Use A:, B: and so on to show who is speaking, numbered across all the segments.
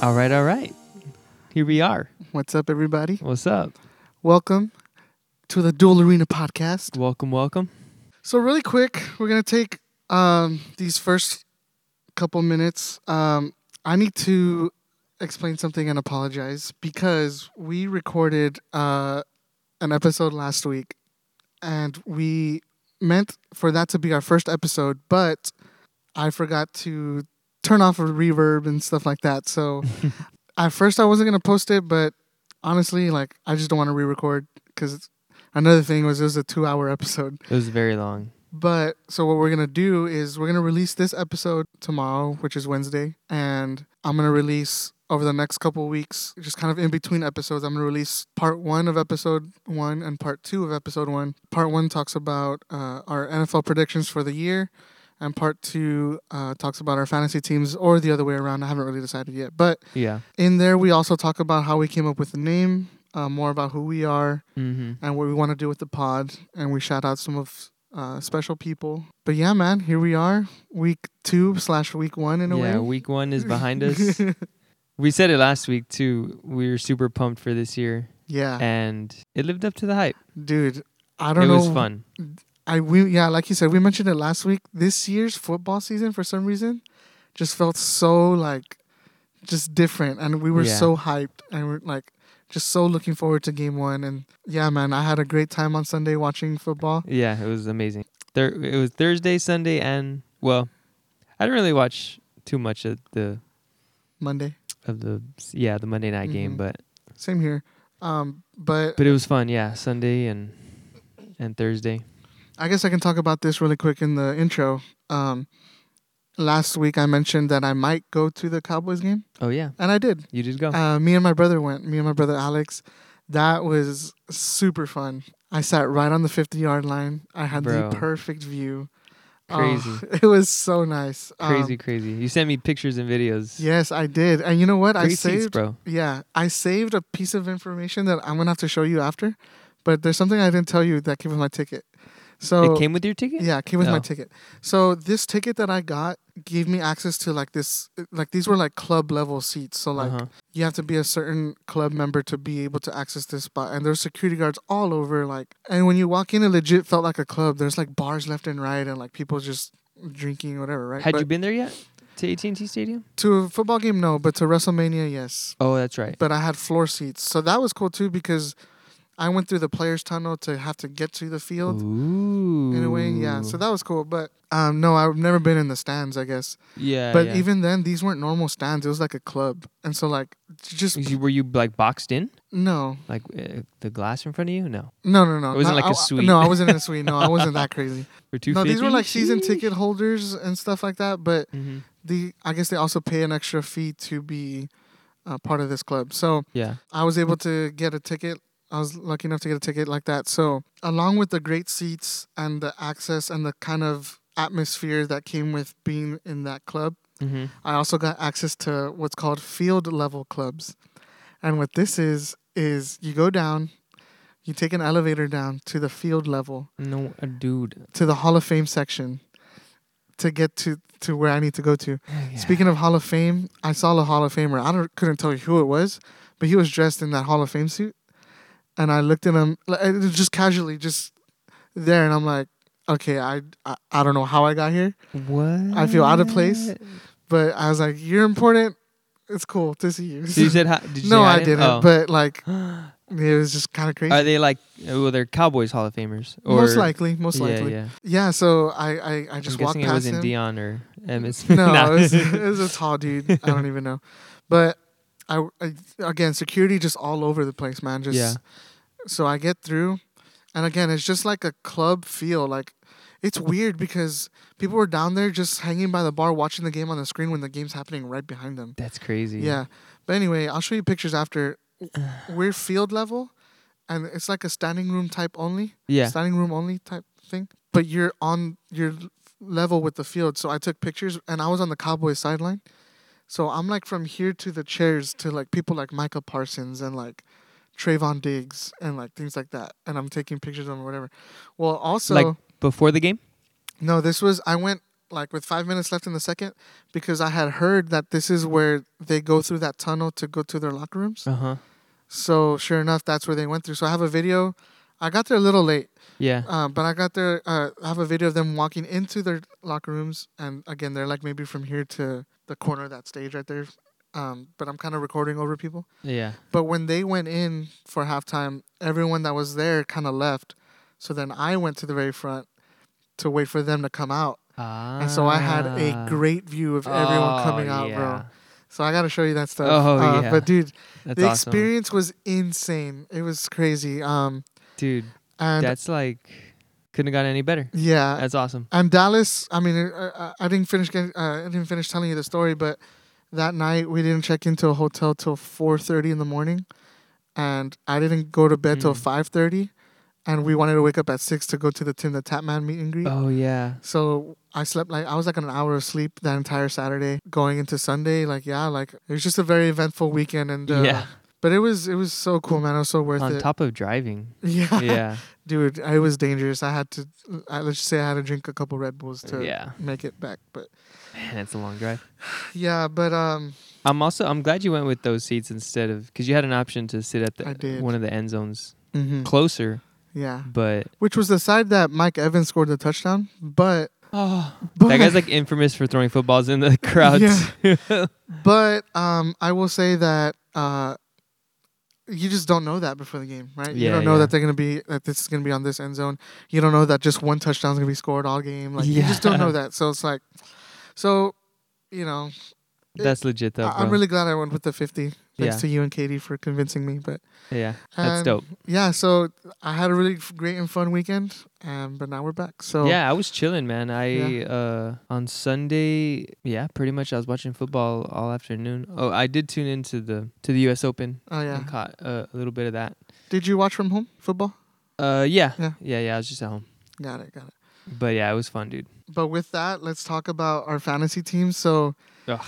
A: All right, all right. Here we are.
B: What's up, everybody?
A: What's up?
B: Welcome to the Dual Arena podcast.
A: Welcome, welcome.
B: So, really quick, we're gonna take um, these first couple minutes. Um, I need to explain something and apologize because we recorded uh, an episode last week, and we meant for that to be our first episode, but I forgot to turn off a reverb and stuff like that. So at first I wasn't gonna post it, but honestly, like I just don't want to re-record because another thing was it was a two-hour episode.
A: It was very long.
B: But so what we're gonna do is we're gonna release this episode tomorrow, which is Wednesday, and I'm gonna release over the next couple weeks, just kind of in between episodes. I'm gonna release part one of episode one and part two of episode one. Part one talks about uh, our NFL predictions for the year, and part two uh, talks about our fantasy teams, or the other way around. I haven't really decided yet, but
A: Yeah.
B: in there we also talk about how we came up with the name, uh, more about who we are,
A: Mm-hmm.
B: and what we want to do with the pod. And we shout out some of uh, special people. But yeah, man, here we are, week two slash week one in a
A: yeah,
B: way.
A: week one is behind us. we said it last week too. We were super pumped for this year,
B: yeah,
A: and it lived up to the hype.
B: dude, Ah. I don't
A: It
B: know.
A: was fun.
B: I we yeah, like you said, we mentioned it last week. This year's football season, for some reason, just felt so like just different, and we were
A: Yeah.
B: so hyped, and we're like just so looking forward to game one. And yeah, man, I had a great time on Sunday watching football.
A: Yeah, it was amazing. There, it was Thursday, Sunday, and well, I didn't really watch too much of the
B: Monday,
A: of the yeah the Monday night game,
B: Mhm.
A: but
B: same here. Um, but
A: but it was fun. Yeah, Sunday and and Thursday.
B: I guess I can talk about this really quick in the intro. Um, last week I mentioned that I might go to the Cowboys game,
A: Oh yeah,
B: and I did.
A: you did go.
B: Uh, me and my brother went. Me and my brother Alex. That was super fun. I sat right on the 50 yard line. I had
A: Bro.
B: the perfect view. Oh,
A: Crazy.
B: it was so nice. Um,
A: Crazy, crazy. You sent me pictures and videos.
B: yes, I did. And you know what? I
A: Great seats,
B: saved.
A: bro.
B: yeah, I saved a piece of information that I'm gonna have to show you after. But there's something I didn't tell you that came with my ticket. So
A: it came with your ticket?
B: Oh, Yeah, it came with
A: Oh.
B: my ticket. So this ticket that I got gave me access to like this, like these were like club level seats. So like
A: Uh-huh.
B: you have to be a certain club member to be able to access this spot, and there's security guards all over. Like, and when you walk in, it legit felt like a club. There's like bars left and right, and like people just drinking whatever. Right?
A: Had
B: But
A: you been there yet to AT&T Stadium?
B: to a football game? No, but to WrestleMania, yes.
A: Oh, that's right.
B: But I had floor seats, so that was cool too because I went through the players' tunnel to have to get to the field
A: Ooh.
B: in a way. Yeah, so that was cool. But um, no, I've never been in the stands, I guess.
A: yeah.
B: but
A: yeah.
B: even then, these weren't normal stands. It was like a club, and so like just
A: Is you- were you like boxed in,
B: no,
A: like uh, the glass in front of you? No,
B: no, no, no.
A: It wasn't
B: not-
A: like a
B: I-
A: suite.
B: No, I wasn't in a suite. No, I wasn't that crazy.
A: or two.
B: no, these were like season ticket holders and stuff like that. But
A: hmm
B: the I guess they also pay an extra fee to be uh, part of this club. So
A: Yeah.
B: I was able to get a ticket. I was lucky enough to get a ticket like that. So, along with the great seats and the access and the kind of atmosphere that came with being in that club,
A: hmm
B: I also got access to what's called field level clubs. And what this is, is you go down, you take an elevator down to the field level,
A: No, uh, dude.
B: to the Hall of Fame section to get to, to where I need to go to.
A: Yeah.
B: Speaking of Hall of Fame, I saw a Hall of Famer. I don't, couldn't tell you who it was, but he was dressed in that Hall of Fame suit. And I looked at him like, it was just casually, just there. And I'm like, okay, I, I, I don't know how I got here.
A: what?
B: I feel out of place. But I was like, "You're important. It's cool to see you."
A: So you said hi? Did you
B: no,
A: say hi
B: I
A: to him?
B: didn't.
A: Oh.
B: But like, it was just kind of crazy.
A: are they like? Well, they're Cowboys Hall of Famers. Or
B: most likely, most likely.
A: Yeah, yeah.
B: Yeah, so I I, I just
A: I'm
B: walked
A: guessing it
B: past
A: was
B: him.
A: in Dion or Emmitt.
B: no,
A: Nah.
B: it, was, it was a tall dude. I don't even know. But I, I again security just all over the place, man. Just
A: Yeah.
B: So I get through, and again it's just like a club feel. Like it's weird because people were down there just hanging by the bar watching the game on the screen when the game's happening right behind them.
A: That's crazy.
B: Yeah. But anyway, I'll show you pictures after. We're field level, and it's like a standing room type only,
A: Yeah.
B: standing room only type thing. But you're on your level with the field. So I took pictures, and I was on the Cowboys sideline. So I'm like from here to the chairs to like people like Michael Parsons and like Trayvon Diggs and like things like that. And I'm taking pictures of them or whatever. Well, also,
A: Like before the game?
B: no, this was, I went like with five minutes left in the second, because I had heard that this is where they go through that tunnel to go to their locker rooms.
A: Uh huh.
B: So sure enough, that's where they went through. So I have a video. I got there a little late,
A: Yeah.
B: uh, but I got there. Uh, I have a video of them walking into their locker rooms, and again, they're like maybe from here to the corner of that stage right there. Um, but I'm kind of recording over people.
A: Yeah.
B: But when they went in for halftime, everyone that was there kind of left. So then I went to the very front to wait for them to come out.
A: Ah.
B: And so I had a great view of everyone
A: Oh,
B: coming out, bro.
A: yeah.
B: So I got to show you that stuff.
A: Oh,
B: Uh,
A: yeah.
B: But dude,
A: That's
B: the
A: awesome.
B: experience was insane. It was crazy. Um,
A: Dude,
B: and
A: that's like couldn't have gotten any better.
B: yeah,
A: That's awesome.
B: and Dallas. I mean, uh, I, I didn't finish. Getting, uh, I didn't finish telling you the story, but that night we didn't check into a hotel till four thirty in the morning, and I didn't go to bed till
A: Mm.
B: five thirty, and we wanted to wake up at six to go to the Tim the Tapman meet and greet.
A: Oh yeah.
B: So I slept like I was like on an hour of sleep that entire Saturday going into Sunday. Like yeah, like it was just a very eventful weekend, and uh,
A: yeah.
B: But it was it was so cool, man. It was so worth
A: On
B: it.
A: top of driving.
B: yeah,
A: Yeah.
B: dude, it was dangerous. I had to, I, let's just say, I had to drink a couple Red Bulls to
A: yeah.
B: make it back. But
A: Man, it's a long drive.
B: yeah, but um,
A: I'm also I'm glad you went with those seats instead of because you had an option to sit at
B: I
A: the
B: did.
A: one of the end zones
B: mhm,
A: closer,
B: yeah,
A: but
B: which was the side that Mike Evans scored the touchdown. But
A: oh,
B: but
A: that guy's like infamous for throwing footballs in the crowd.
B: but um, I will say that uh, you just don't know that before the game, right? you
A: Yeah,
B: don't know
A: yeah.
B: that they're gonna be that this is gonna be on this end zone. You don't know that just one touchdown's gonna be scored all game. Like you just don't know
A: Yeah.
B: that. So it's like, so you know,
A: That's legit though.
B: I- I'm
A: bro.
B: really glad I went with the 50. Thanks
A: Yeah.
B: to you and Katie for convincing me. But
A: yeah. That's
B: um,
A: dope.
B: yeah, so I had a really f- great and fun weekend, um, but now we're back. So
A: Yeah, I was chilling, man. I
B: Yeah.
A: uh on Sunday, yeah, pretty much I was watching football all afternoon. Oh, I did tune into the to the US Open
B: oh yeah.
A: and caught uh, a little bit of that.
B: Did you watch from home football?
A: Uh yeah.
B: Yeah.
A: yeah. Yeah, I was just at home.
B: Got it, got it.
A: But yeah, it was fun, dude.
B: But with that, let's talk about our fantasy team. So,
A: Ugh.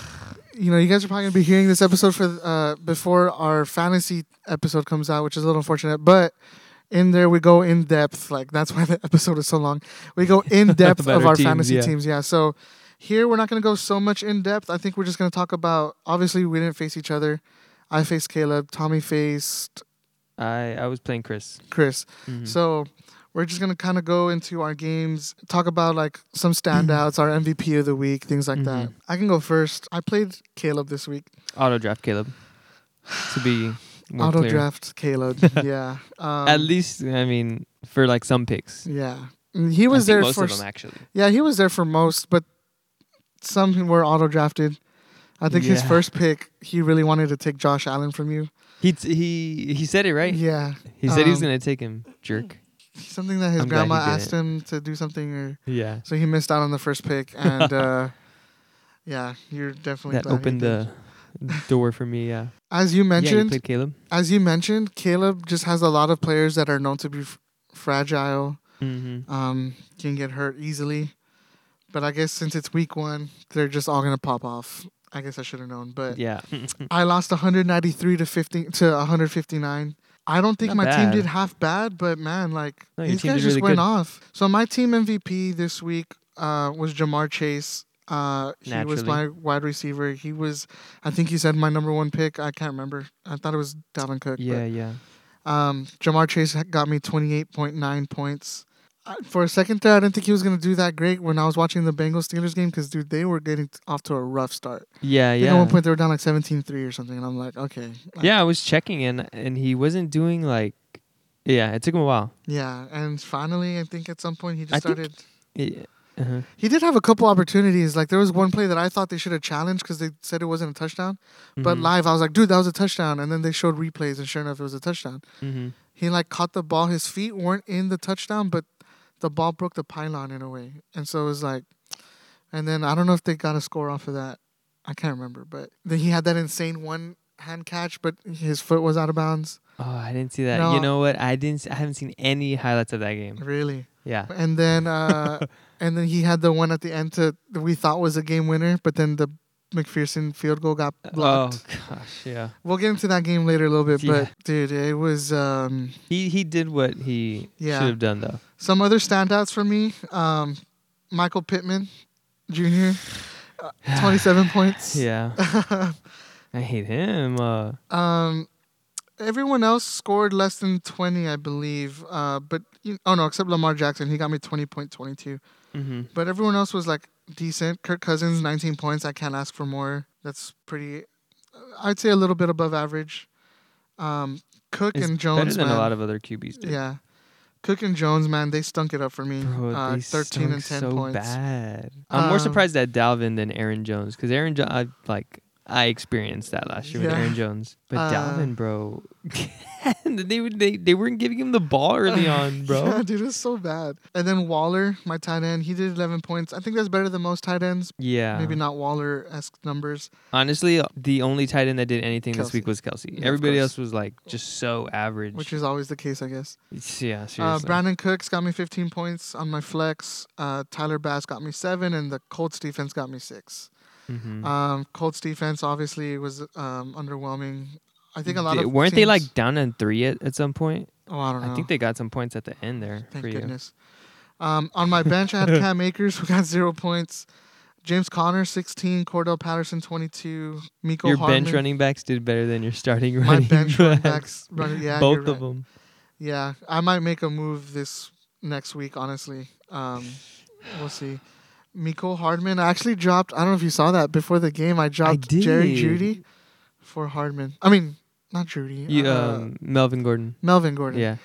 B: you know, you guys are probably gonna be hearing this episode for uh, before our fantasy episode comes out, which is a little unfortunate. But in there, we go in depth. Like that's why the episode is so long. We go in depth
A: About
B: of
A: our
B: our
A: teams,
B: fantasy
A: yeah.
B: teams. Yeah. So here we're not gonna go so much in depth. I think we're just gonna talk about. Obviously, we didn't face each other. I faced Caleb. Tommy faced
A: I I was playing Chris.
B: Chris.
A: Mhm.
B: So we're just gonna kind of go into our games, talk about like some standouts, our MVP of the week, things like that.
A: Mhm.
B: I can go first. I played Caleb this week.
A: Auto draft Caleb. To be more
B: Auto
A: clear.
B: draft Caleb. yeah. Um,
A: At least I mean for like some picks.
B: Yeah. And He
A: I think
B: was there
A: most
B: for.
A: of
B: s-
A: them actually.
B: Yeah, he was there for most, but some were auto drafted. I think his
A: Yeah.
B: first pick, he really wanted to take Josh Allen from you.
A: He t- he he said it right.
B: Yeah.
A: He said he was
B: Um,
A: gonna take him. Jerk.
B: Something that his
A: I'm glad he
B: grandma
A: didn't.
B: asked him to do something or
A: Yeah.
B: So he missed out on the first pick, and uh, yeah, you're definitely
A: That
B: glad he
A: opened
B: did.
A: the door for me. Yeah.
B: As you
A: Yeah, you
B: mentioned,
A: played Caleb.
B: as you mentioned, Caleb just has a lot of players that are known to be f- fragile,
A: Mm-hmm.
B: um, can get hurt easily. But I guess since it's week one, they're just all gonna pop off. I guess I should have known, but
A: Yeah.
B: I lost 193 to 15 to 159. I don't think
A: Not
B: my team
A: bad.
B: did half bad, but man, like
A: No, your
B: these
A: team
B: guys
A: did
B: just
A: really
B: went
A: good.
B: off. So my team MVP this week uh, was Jamar Chase. Uh, he
A: Naturally.
B: was my wide receiver. He was, I think he said my number one pick. I can't remember. I thought it was Dalvin Cook.
A: yeah, yeah.
B: But, um, Jamar Chase ha- got me 28.9 points. I, for a second there, I didn't think he was gonna do that great when I was watching the Bengals Steelers game because dude, they were getting t- off to a rough start.
A: Yeah,
B: I think
A: yeah.
B: at one point they were down like 17-3 or something, and I'm like, okay. like,
A: yeah, I was checking and and he wasn't doing like yeah, it took him a while.
B: Yeah, and finally, I think at some point he just
A: I think-
B: started.
A: Yeah. Uh-huh.
B: He did have a couple opportunities. Like there was one play that I thought they should have challenged because they said it wasn't a touchdown. But
A: Mhm.
B: live, I was like, dude, that was a touchdown. And then they showed replays, and sure enough, it was a touchdown.
A: Mhm.
B: He like caught the ball. His feet weren't in the touchdown, but the ball broke the pylon in a way, and so it was like. And then I don't know if they got a score off of that. I can't remember, but then he had that insane one hand catch, but his foot was out of bounds.
A: Oh, I didn't see that.
B: No.
A: You know what? I didn't. s- I haven't seen any highlights of that game.
B: Really.
A: Yeah.
B: And then uh and then he had the one at the end to that we thought was a game winner, but then the McPherson field goal got blocked.
A: Oh gosh, yeah.
B: We'll get into that game later a little bit,
A: Yeah.
B: but dude, it was um
A: He he did what he
B: Yeah.
A: should have done though.
B: some other standouts for me. Um Michael Pittman Jr. Uh, 27 points.
A: Yeah. I hate him. Uh,
B: Um, everyone else scored less than 20, I believe. Uh, but you, oh no, except Lamar Jackson, he got me 20.22.
A: mhm.
B: But everyone else was like decent. Kirk Cousins, 19 points. I can't ask for more. That's pretty. I'd say a little bit above average. Um, Cook
A: It's
B: and Jones,
A: better than
B: man.
A: a lot of other QBs did.
B: yeah. Cook and Jones, man, they stunk it up for me.
A: Bro,
B: uh,
A: they
B: 13 and 10
A: so
B: points.
A: bad. I'm more
B: Um,
A: surprised at Dalvin than Aaron Jones because Aaron, jo- I like, I experienced that last year with
B: Yeah.
A: Aaron Jones, but
B: Uh,
A: Dalvin, bro, they would they they weren't giving him the ball early on, bro.
B: Yeah, dude, it's so bad. And then Waller, my tight end, he did 11 points. I think that's better than most tight ends.
A: Yeah.
B: Maybe not Waller esque numbers.
A: Honestly, uh, the only tight end that did anything this
B: Kelsey.
A: week was Kelsey.
B: Yeah, of
A: Everybody
B: course.
A: else was like just so average.
B: which is always the case, I guess.
A: It's- yeah, seriously.
B: Uh, Brandon Cooks got me 15 points on my flex. Uh, Tyler Bass got me seven, and the Colts defense got me 6
A: Mhm.
B: Um, Colts defense obviously was um, underwhelming. I think a lot
A: They-
B: of
A: weren't they
B: teams-
A: like down in three at, at some point?
B: Oh, I don't know.
A: I think they got some points at the end there
B: Thank
A: for you.
B: goodness. Um, on my bench, I had Cam Akers who got zero points. James Conner 16, Cordell Patterson 22, Miko
A: Your
B: Hardman.
A: bench running backs did better than your starting
B: My
A: running
B: bench
A: backs.
B: running backs. Running, yeah,
A: Both
B: you're
A: of
B: right.
A: them.
B: Yeah, I might make a move this next week. Honestly, um, we'll see. Miko Hardman. I actually dropped. I don't know if you saw that before the game. I dropped Jerry
A: did.
B: Judy for Hardman. I mean, not Judy.
A: You,
B: uh,
A: um, Melvin Gordon.
B: Melvin Gordon.
A: Yeah.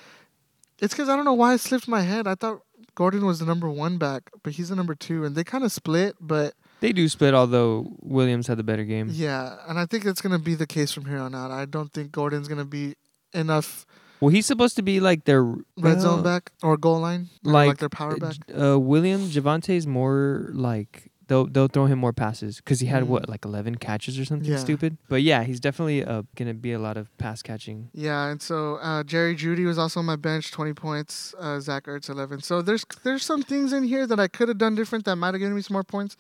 B: It's because I don't know why it slipped my head. I thought Gordon was the number one back, but he's the number two, and they kind of split. But
A: They do split, although Williams had the better game.
B: yeah, and I think it's gonna be the case from here on out. I don't think Gordon's gonna be enough
A: Well, he's supposed to be like their uh,
B: red zone
A: well,
B: back or goal line, or
A: Like,
B: like their power back.
A: Uh, William Javante's more like they'll they'll throw him more passes because he had
B: Mm.
A: what like eleven catches or something
B: Yeah.
A: stupid. But yeah, he's definitely uh, gonna be a lot of pass catching.
B: Yeah, and so uh, Jerry Judy was also on my bench, twenty points. Uh, Zach Ertz, eleven. So there's there's some things in here that I could have done different that might have given me some more points,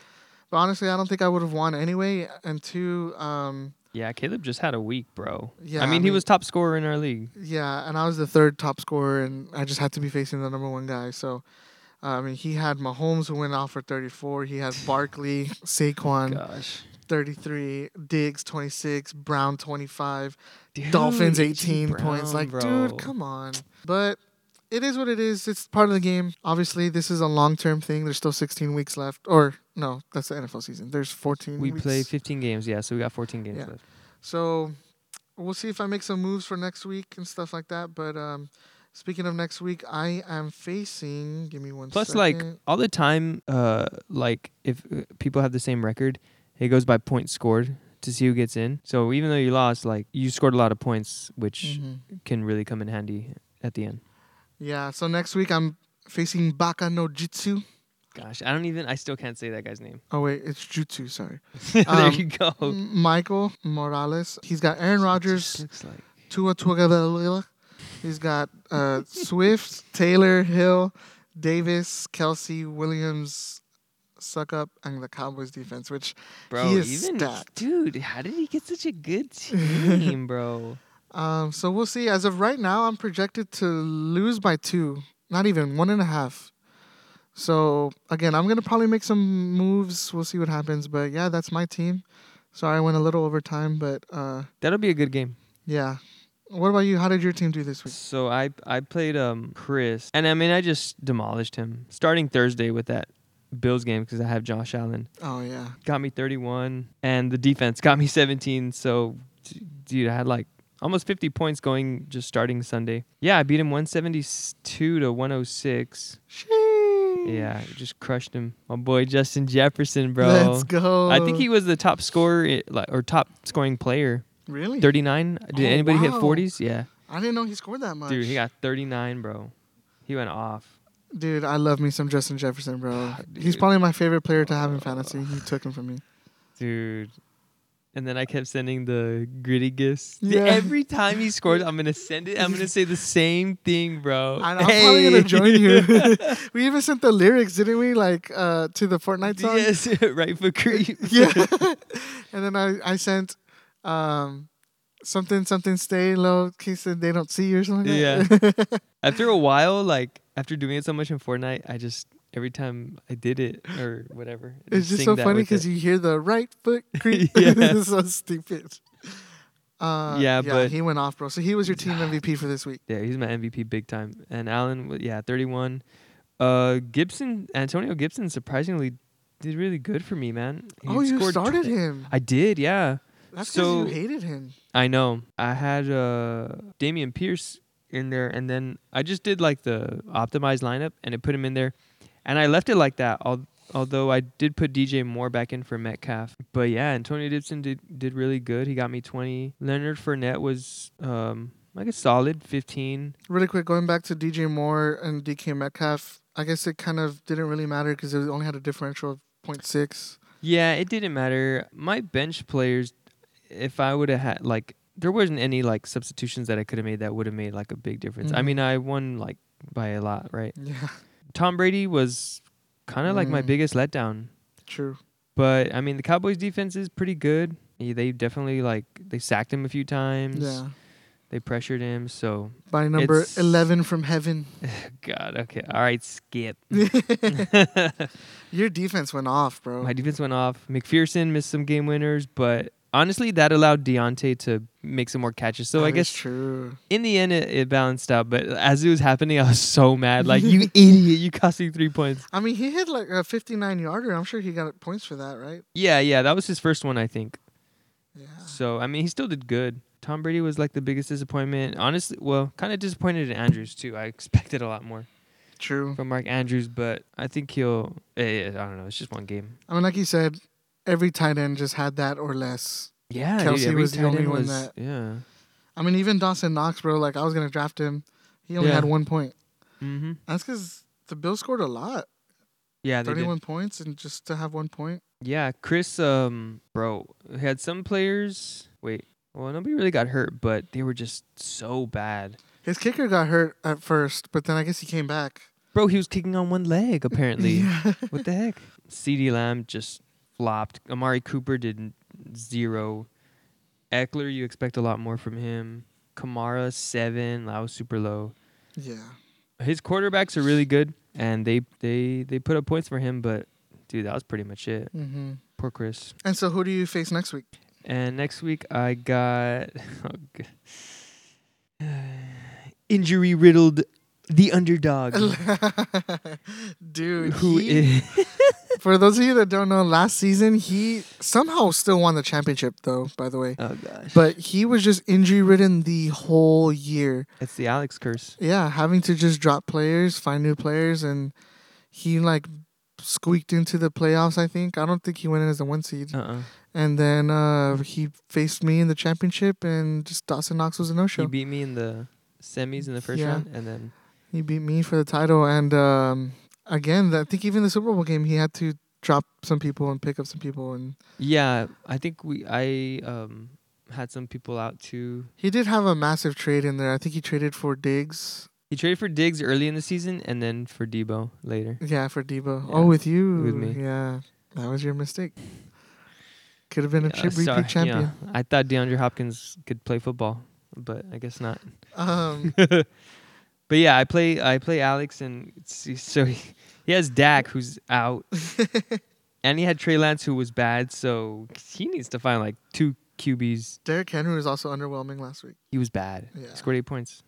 B: but honestly, I don't think I would have won anyway. And two, um,
A: Yeah, Caleb just had a week, bro.
B: Yeah,
A: I
B: I
A: mean he
B: mean-
A: was top scorer in our league.
B: yeah, and I was the third top scorer, and I just had to be facing the number one guy. So, uh, I mean, he had Mahomes who went off for thirty four. He had Barkley, Saquon,
A: Gosh,
B: 33, Diggs, 26, Brown, 25, Dolphins,
A: Dude,
B: 18
A: Brown,
B: points. Like,
A: bro.
B: dude, come on. But it is what it is. It's part of the game. Obviously, this is a long term thing. There's still 16 weeks left. Or, no, that's the NFL season. There's 14
A: We
B: weeks.
A: play 15 games, yeah, so we got 14 games
B: Mm, Yeah.
A: left.
B: So we'll see if I make some moves for next week and stuff like that. But um, speaking of next week, I am facing. Give me one
A: Plus,
B: second.
A: like all the time, uh, like if uh, people have the same record, it goes by points scored to see who gets in. So even though you lost, like you scored a lot of points, which
B: Mhm.
A: can really come in handy at the end.
B: Yeah, so next week I'm facing Baka no Jitsu.
A: Gosh, I don't even. I still can't say that guy's name.
B: Oh, wait, it's Jutsu, sorry.
A: there
B: Um,
A: you go.
B: M- Michael Morales. He's got Aaron
A: Just
B: Rodgers,
A: looks like
B: Tua Tagovailoa. He's got uh, Swift, Taylor, Hill, Davis, Kelsey, Williams, suck up, and the Cowboys defense. Which
A: bro.
B: he is
A: even
B: stacked.
A: dude, how did he get such a good team, bro?
B: um, so we'll see. As of right now, I'm projected to lose by two, not even one and a half. So again, I'm gonna probably make some moves. We'll see what happens. But yeah, that's my team. Sorry, I went a little over time, but uh,
A: That'll be a good game.
B: yeah. What about you? How did your team do this week?
A: So I I played um Chris, and I mean I just demolished him starting Thursday with that Bills game because I have Josh Allen.
B: Oh yeah.
A: Got me 31, and the defense got me 17. So, d- dude, I had like almost 50 points going just starting Sunday. Yeah, I beat him 172 to 106. Yeah, I just crushed him. My boy Justin Jefferson, bro.
B: Let's go.
A: I think he was the top scorer i- like or top scoring player.
B: really.
A: 39. Did
B: Oh,
A: anybody hit
B: wow.
A: 40s? Yeah.
B: I didn't know he scored that much.
A: Dude, he got 39, bro. He went off.
B: Dude, I love me some Justin Jefferson, bro. He's
A: Ah, Dude.
B: probably my favorite player to have in fantasy. He took him from me.
A: Dude. And then I kept sending the gritty gifts.
B: Yeah.
A: Every time he scores, I'm gonna send it. I'm gonna say the same thing, bro.
B: And I'm probably
A: Oh, Hey.
B: gonna join you. we even sent the lyrics, didn't we? Like uh, to the Fortnite song.
A: yes, right for creep.
B: Yeah. and then I I sent um, something something stay low in case they don't see you or something. like that.
A: After a while, like after doing it so much in Fortnite, I just every time I did it or whatever. I'd
B: It's just
A: sing
B: so
A: that
B: funny
A: with
B: because
A: it.
B: you hear the right foot creep.
A: Yeah.
B: it's so stupid. Uh,
A: Yeah, but-
B: he went off, bro. So he was your team MVP for this week.
A: yeah, he's my MVP big time. And Allen, wa- yeah, 31. Uh, Gibson, Antonio Gibson, surprisingly did really good for me, man. He
B: oh, you
A: scored
B: started
A: tw-
B: him.
A: I did, yeah.
B: That's because
A: so-
B: you hated him.
A: I know. I had uh Damian Pierce in there and then I just did like the optimized lineup and it put him in there. And I left it like that. Al- although I did put DJ Moore back in for Metcalf. But yeah, Antonio Gibson did did really good. He got me 20. Leonard Fournette was um like a solid 15.
B: Really quick, going back to DJ Moore and DK Metcalf, I guess it kind of didn't really matter because it only had a differential of 0.6.
A: Yeah, it didn't matter. My bench players, if I would have had like, there wasn't any like substitutions that I could have made that would have made like a big difference. I
B: Mhm.
A: mean, I won like by a lot, right?
B: Yeah,
A: Tom Brady was kind of like my
B: Mm.
A: biggest letdown,
B: true.
A: but I mean, the Cowboys' defense is pretty good. Yeah, They definitely like they sacked him a few times.
B: Yeah.
A: They pressured him. So
B: By number
A: It's-
B: 11 from heaven.
A: God, okay, all right, skip.
B: Your defense went off, bro.
A: My defense went off. McPherson missed some game winners, but honestly, that allowed Deontay to make some more catches. So
B: That
A: I
B: is
A: guess
B: true.
A: in the end, it, it balanced out. But as it was happening, I was so mad. Like you idiot, you cost me three points.
B: I mean, he hit like a 59 yarder. I'm sure he got points for that, right?
A: Yeah, yeah, that was his first one, I think.
B: Yeah.
A: So I mean, he still did good. Tom Brady was like the biggest disappointment. Honestly, well, kind of disappointed in Andrews too. I expected a lot more
B: True.
A: from Mark Andrews, but I think he'll. eh, I don't know. It's just one game.
B: I mean, like you said, every tight end just had that or less.
A: Yeah,
B: Kelsey
A: dude, every
B: was the
A: tight
B: only
A: end
B: one
A: was-
B: that-
A: Yeah.
B: I mean, even Dawson Knox, bro, like I was going to draft him. He only
A: Yeah.
B: had one point.
A: Mm-hmm.
B: That's because the Bills scored a lot
A: Yeah, they did.
B: 31 points, and just to have one point.
A: Yeah, Chris, um, bro, had some players. Wait, well, nobody really got hurt, but they were just so bad.
B: His kicker got hurt at first, but then I guess he came back.
A: Bro, he was kicking on one leg, apparently.
B: Yeah.
A: What the heck? CD Lamb just flopped. Amari Cooper did n- zero. Eckler, you expect a lot more from him. Kamara, seven. That was super low.
B: yeah.
A: His quarterbacks are really good, and they, they, they put up points for him, but dude, that was pretty much it.
B: hmm
A: Poor Chris.
B: And so, who do you face next week?
A: And next week I got oh, g- injury riddled the underdog
B: Dude,
A: who
B: he-
A: is
B: for those of you that don't know, last season he somehow still won the championship, though. By the way,
A: Oh gosh.
B: but he was just injury ridden the whole year.
A: It's the Alex curse.
B: Yeah, having to just drop players, find new players, and he like squeaked into the playoffs. I think I don't think he went in as a one seed.
A: Uh uh
B: And then uh, he faced me in the championship, and just Dawson Knox was a no
A: He
B: show.
A: beat me in the semis in the first
B: Yeah.
A: round and then
B: He beat me for the title, and um, again, I think even the Super Bowl game, he had to drop some people and pick up some people, and
A: Yeah, I think we I um had some people out too.
B: he did have a massive trade in there. I think he traded for Diggs,
A: He traded for Diggs early in the season and then for Debo later.
B: yeah, for Debo.
A: Yeah,
B: oh, with you,
A: with me.
B: yeah, that was your mistake. Could have been a
A: Yeah,
B: chip
A: sorry,
B: repeat
A: yeah.
B: champion.
A: I thought DeAndre Hopkins could play football, but I guess not.
B: Um,
A: but yeah, I play I play Alex, and s- so he, he has Dak who's out, and he had Trey Lance who was bad, so he needs to find like two QBs.
B: Derrick Henry was also underwhelming last week.
A: He was bad.
B: Yeah.
A: Scored eight points.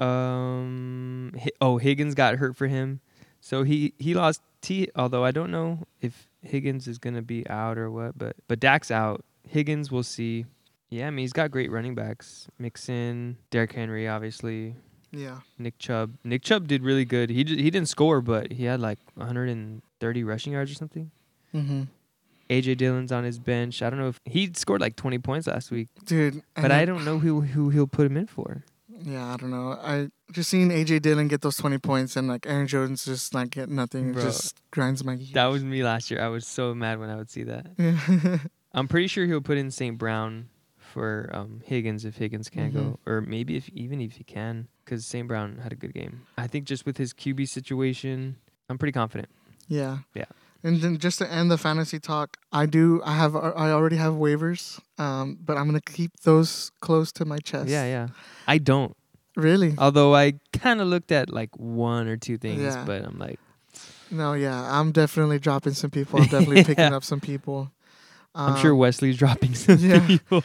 A: Um. Hi- Oh, Higgins got hurt for him, so he he lost T. Although I don't know if Higgins is gonna be out or what, but but Dak's out. Higgins, we'll see. Yeah, I mean he's got great running backs. Mixon, Derrick Henry, obviously.
B: Yeah,
A: Nick Chubb. Nick Chubb did really good. He did, he didn't score, but he had like 130 rushing yards or something.
B: mm-hmm.
A: AJ Dillon's on his bench. I don't know if he scored like 20 points last week,
B: dude. and
A: but I
B: then-
A: don't know who who he'll put him in for.
B: Yeah, I don't know. I just seen AJ Dillon get those twenty points, and like Aaron Jones just not get nothing. It
A: Bro.
B: just grinds my gears.
A: That was me last year. I was so mad when I would see that.
B: Yeah.
A: I'm pretty sure he'll put in St. Brown for um, Higgins if Higgins can't go,
B: Mm-hmm.
A: or maybe if even if he can, because St. Brown had a good game. I think just with his QB situation, I'm pretty confident.
B: yeah.
A: Yeah.
B: And then just to end the fantasy talk, I do. I have. I already have waivers, um, but I'm gonna keep those close to my chest.
A: Yeah, yeah. I don't.
B: Really?
A: Although I kind of looked at like one or two things,
B: Yeah.
A: but I'm like,
B: No, yeah, I'm definitely dropping some people. I'm definitely picking
A: Yeah.
B: up some people.
A: I'm sure
B: Um,
A: Wesley's dropping some
B: yeah.
A: people.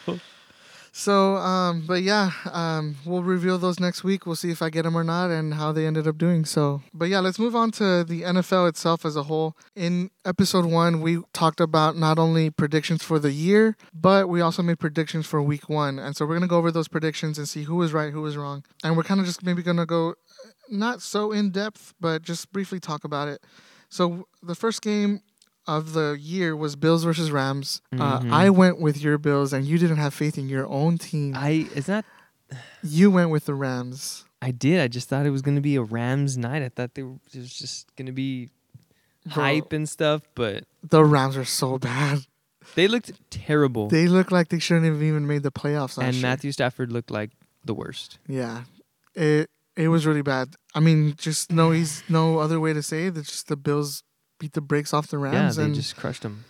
B: So, um, but yeah, um, we'll reveal those next week. We'll see if I get them or not and how they ended up doing. So, but yeah, let's move on to the NFL itself as a whole. In episode one, we talked about not only predictions for the year, but we also made predictions for week one. And so we're going to go over those predictions and see who was right, who was wrong. And we're kind of just maybe going to go uh, not so in depth, but just briefly talk about it. So, the first game of the year was Bills versus Rams.
A: Mhm.
B: Uh, I went with your Bills, and you didn't have faith in your own team.
A: I it's not.
B: you went with the Rams.
A: I did. I just thought it was gonna be a Rams night. I thought they were, it was just gonna be
B: Bro.
A: hype and stuff, but
B: The Rams are so bad.
A: they looked terrible.
B: They look like they shouldn't have even made the playoffs. Last
A: and
B: year.
A: Matthew Stafford looked like the worst.
B: yeah, it it was really bad. I mean, just no, he's no other way to say it. It's just the Bills beat the brakes off the Rams
A: yeah, they
B: and just,
A: just crushed him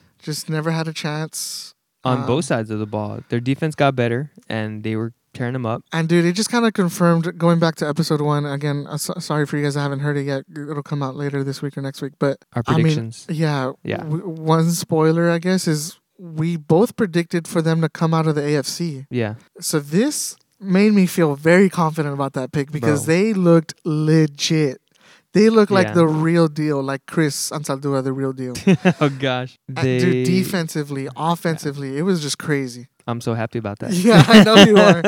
B: never had a chance.
A: on
B: Um,
A: both sides of the ball. Their defense got better, and they were tearing them up.
B: And dude, it just kind of confirmed going back to episode one again. uh, so- sorry for you guys, I haven't heard it yet. It'll come out later this week or next week. But
A: Our
B: I mean,
A: predictions.
B: Yeah.
A: Yeah.
B: W- one spoiler, I guess, is we both predicted for them to come out of the AFC.
A: yeah,
B: So this made me feel very confident about that pick because
A: Bro.
B: they looked legit. They look like
A: Yeah.
B: the real deal, like Chris Ansaldúa, the real deal. Uh,
A: oh gosh, they.
B: Dude, defensively, offensively, it was just crazy.
A: I'm so happy about that.
B: Yeah, I know you are.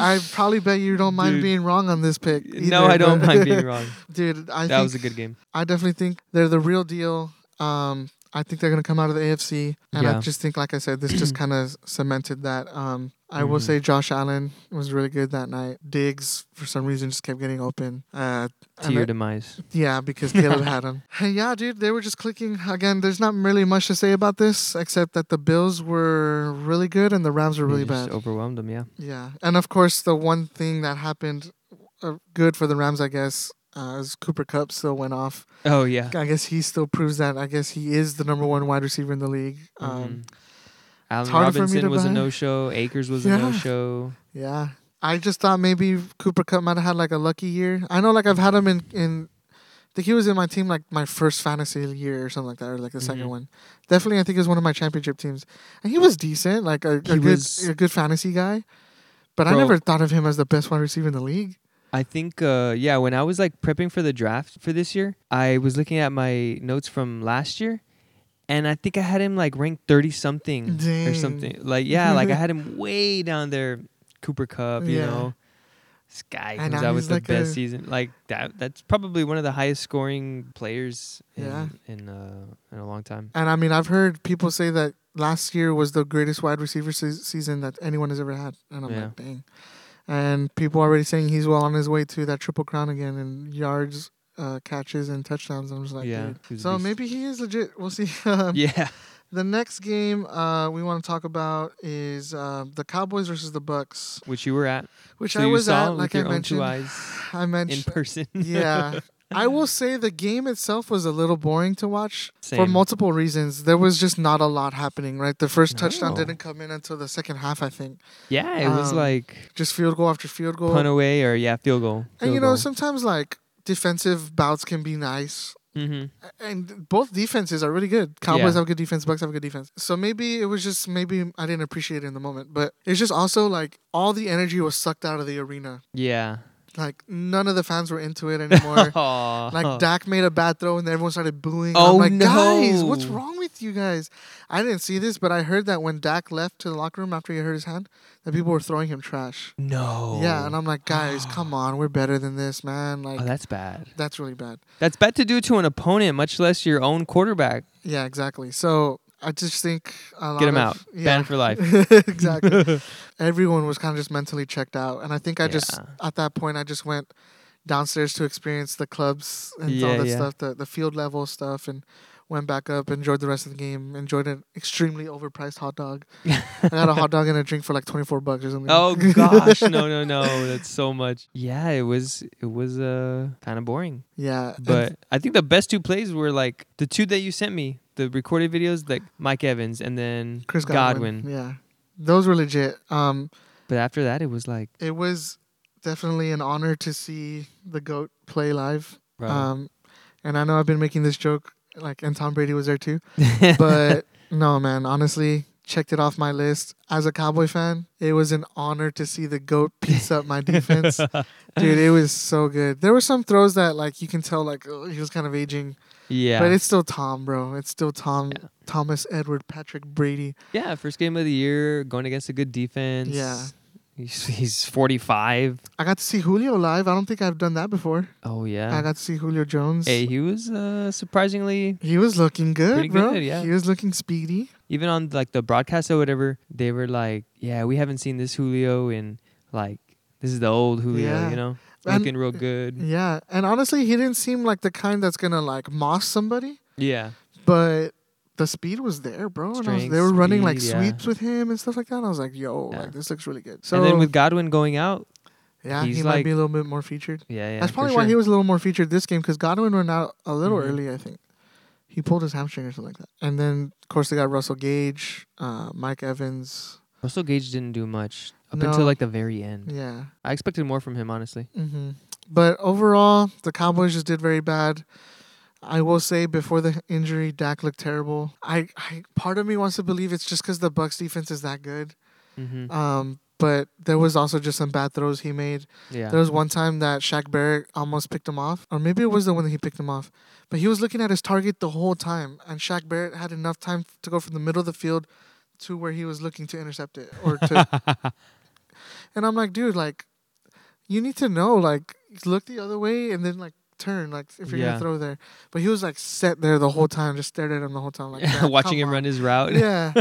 B: I probably bet you don't mind
A: Dude.
B: being wrong on this pick.
A: no,
B: either,
A: I don't
B: but-
A: mind being wrong.
B: Dude, I
A: That
B: think
A: was a good game.
B: I definitely think they're the real deal. Um, I think they're going to come out of the AFC, and
A: Yeah.
B: I just think, like I said, this just kind of cemented that. Um, I will
A: Mhm.
B: say Josh Allen was really good that night. Diggs, for some reason, just kept getting open. Uh,
A: To
B: and
A: your
B: it-
A: demise.
B: yeah, because Caleb had him. yeah, dude, they were just clicking. Again, there's not really much to say about this except that the Bills were really good and the Rams were
A: They
B: really
A: just
B: bad.
A: Overwhelmed them. Yeah.
B: Yeah, and of course, the one thing that happened uh, good for the Rams, I guess, uh, is Cooper Cup still went off.
A: Oh yeah.
B: I guess he still proves that. I guess he is the number one wide receiver in the league. Um,
A: Mhm. Allen
B: harder for me
A: Robinson
B: to
A: was a
B: buy.
A: no show. Akers was a
B: Yeah.
A: no show.
B: Yeah. I just thought maybe Cooper Cup might have had like a lucky year. I know like I've had him in, in I think he was in my team like my first fantasy year or something like that, or like the
A: Mhm.
B: second one. Definitely, I think it was one of my championship teams, and he was decent, like a, a
A: He
B: good
A: was-
B: a good fantasy guy. But I
A: Bro.
B: never thought of him as the best wide receiver in the league.
A: I think, uh, yeah, when I was like prepping for the draft for this year, I was looking at my notes from last year, and I think I had him like ranked thirty something or
B: Dang.
A: Mm. something. Like yeah, like I had him way down there. Cooper Cup, you
B: Yeah.
A: know, this guy
B: And
A: comes
B: now
A: out with
B: he's
A: the
B: like
A: best
B: a-
A: season. Like that, that's probably one of the highest scoring players in
B: Yeah.
A: in, uh, in a long time.
B: And I mean, I've heard people say that last year was the greatest wide receiver se- season that anyone has ever had, and I'm
A: Yeah.
B: like, dang. And people already saying he's well on his way to that triple crown again in yards, uh, catches, and touchdowns. I'm just like,
A: Yeah,
B: dude.
A: he's a
B: So
A: beast.
B: maybe he is legit. We'll see. Um,
A: Yeah,
B: The next game uh, we want to talk about is uh, the Cowboys versus the Bucks,
A: which you were at,
B: which
A: so
B: I
A: you
B: was
A: saw
B: at,
A: with
B: like I
A: your own two
B: mentioned.
A: eyes
B: I
A: in
B: mentioned.
A: person.
B: yeah. I will say the game itself was a little boring to watch for
A: Same.
B: multiple reasons. There was just not a lot happening, right? The first touchdown
A: No.
B: didn't come in until the second half, I think.
A: yeah, it was
B: Um,
A: like
B: Just field goal after field goal.
A: punt away or yeah, field goal.
B: and
A: field
B: you know,
A: goal.
B: sometimes like defensive bouts can be nice.
A: Mhm.
B: And both defenses are really good. Cowboys
A: Yeah.
B: have good defense, Bucks have good defense. So maybe it was just maybe I didn't appreciate it in the moment, but it's just also like all the energy was sucked out of the arena.
A: Yeah.
B: Like none of the fans were into it anymore.
A: Aw.
B: Like Dak made a bad throw and everyone started booing.
A: Uh-huh. Oh,
B: I'm like, guys, what's
A: no.
B: wrong with you guys? I didn't see this, but I heard that when Dak left to the locker room after he hurt his hand, that people were throwing him trash.
A: No.
B: Yeah, and I'm like, guys, come on, we're better than this, man. Like
A: Oh, that's bad.
B: that's really bad.
A: That's bad to do to an opponent, much less your own quarterback.
B: Yeah, exactly. So I just think a lot
A: Get him
B: of-
A: out.
B: Yeah.
A: Banned for life.
B: exactly. Everyone was kind of just mentally checked out, and I think I just
A: Yeah.
B: at that point I just went downstairs to experience the clubs and all
A: Yeah,
B: that
A: yeah.
B: stuff, the the field level stuff, and went back up, enjoyed the rest of the game, enjoyed an extremely overpriced hot dog. I got a hot dog and a drink for like twenty four bucks or something.
A: Oh gosh, no, no, no. That's so much. Yeah, it was it was uh kind of boring.
B: yeah, and-
A: But I think the best two plays were like the two that you sent me, the recorded videos, like Mike Evans and then
B: Chris
A: Godwin.
B: Godwin. Yeah, those were legit. Um,
A: But after that, it was like,
B: it was definitely an honor to see the goat play live.
A: bro,
B: Um, And I know I've been making this joke, like, and Tom Brady was there too. But no, man, honestly, checked it off my list. As a Cowboy fan, it was an honor to see the GOAT piece up my defense. Dude, it was so good. There were some throws that, like, you can tell, like, oh, he was kind of aging.
A: yeah.
B: But it's still Tom, bro. It's still Tom, Thomas Edward Patrick Brady.
A: yeah, first game of the year, going against a good defense.
B: Yeah.
A: He's, he's 45.
B: I got to see Julio live. I don't think I've done that before.
A: Oh,
B: I
A: yeah.
B: got to see Julio Jones.
A: Hey, he was uh, surprisingly
B: He was looking good,
A: Pretty
B: bro.
A: good, yeah.
B: He was looking speedy.
A: even on like the broadcast or whatever, they were like, "Yeah, we haven't seen this Julio in like this is the old Julio,
B: Yeah.
A: you know,
B: And-
A: looking real good."
B: Yeah, and honestly, he didn't seem like the kind that's gonna like moss somebody,
A: Yeah,
B: but the speed was there, bro. And I was,
A: Strength,
B: they were running like
A: speed, yeah.
B: sweeps with him and stuff like that. And I was like, yo,
A: Yeah.
B: like this looks really good. So
A: and then with Godwin going out,
B: yeah, he
A: he's
B: might
A: like-
B: be a little bit more featured.
A: yeah, yeah,
B: that's
A: for
B: probably why
A: sure.
B: he was a little more featured this game because Godwin ran out a little
A: Mhm.
B: early, I think. He pulled his hamstring or something like that. And then of course they got Russell Gage, uh, Mike Evans.
A: Russell Gage didn't do much up
B: No.
A: until like the very end.
B: Yeah.
A: I expected more from him, honestly.
B: hmm But overall, the Cowboys just did very bad. I will say before the injury, Dak looked terrible. I, I part of me wants to believe it's just because the Bucks defense is that good.
A: hmm
B: Um, but there was also just some bad throws he made.
A: Yeah,
B: There was one time that Shaq Barrett almost picked him off, or maybe it was the one that he picked him off. But he was looking at his target the whole time, and Shaq Barrett had enough time to go from the middle of the field to where he was looking to intercept it or to. and I'm like, dude, like, you need to know, like, look the other way and then like turn, like, if you're
A: Yeah.
B: gonna throw there. But he was like set there the whole time, just stared at him the whole time, like "Dad,
A: watching
B: come
A: him
B: on."
A: run his route.
B: Yeah,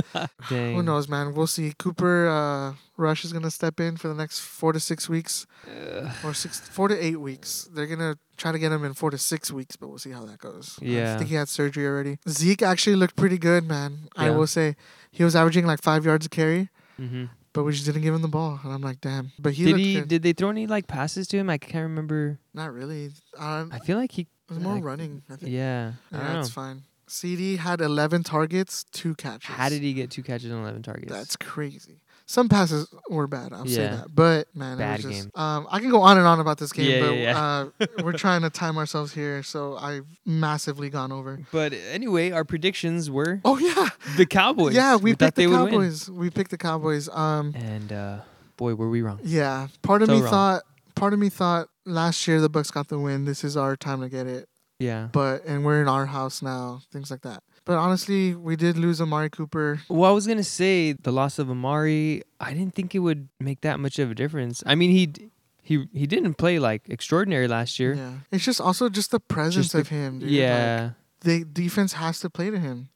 A: Dang.
B: who knows, man? We'll see. Cooper uh, Rush is gonna step in for the next four to six weeks, or six, four to eight weeks. They're gonna try to get him in four to six weeks, but we'll see how that goes. I
A: Yeah.
B: think he had surgery already. Zeke actually looked pretty good, man. I
A: Yeah.
B: will say, he was averaging like five yards a carry,
A: hmm
B: but we just didn't give him the ball, and I'm like, damn. But he
A: Did
B: looked
A: he?
B: good.
A: Did they throw any like passes to him? I can't remember.
B: Not really. Um,
A: I feel like he.
B: it was more
A: like-
B: running. I think.
A: Yeah, I
B: Yeah,
A: don't know.
B: it's fine. CD had 11 targets, two catches.
A: How did he get two catches and eleven targets?
B: That's crazy. Some passes were bad. I'll say
A: Yeah.
B: that. But man,
A: Bad
B: it was just,
A: game.
B: Um, I can go on and on about this game,
A: Yeah,
B: but
A: yeah,
B: uh, we're trying to time ourselves here, so I've massively gone over.
A: But anyway, our predictions were
B: Oh yeah,
A: the Cowboys.
B: yeah. We,
A: thought
B: picked the
A: they would win.
B: Cowboys. We picked the Cowboys. Um,
A: And uh, boy, were we wrong.
B: yeah. Part of
A: So
B: me
A: wrong.
B: thought. Part of me thought last year the Bucks got the win. This is our time to get it.
A: Yeah.
B: but and we're in our house now, things like that. But honestly, we did lose Amari Cooper.
A: Well, I was gonna say the loss of Amari. I didn't think it would make that much of a difference. I mean, he d- he he didn't play like extraordinary last year.
B: Yeah, it's just also just the presence
A: Just the-
B: of him. Dude.
A: Yeah.
B: like, the defense has to play to him,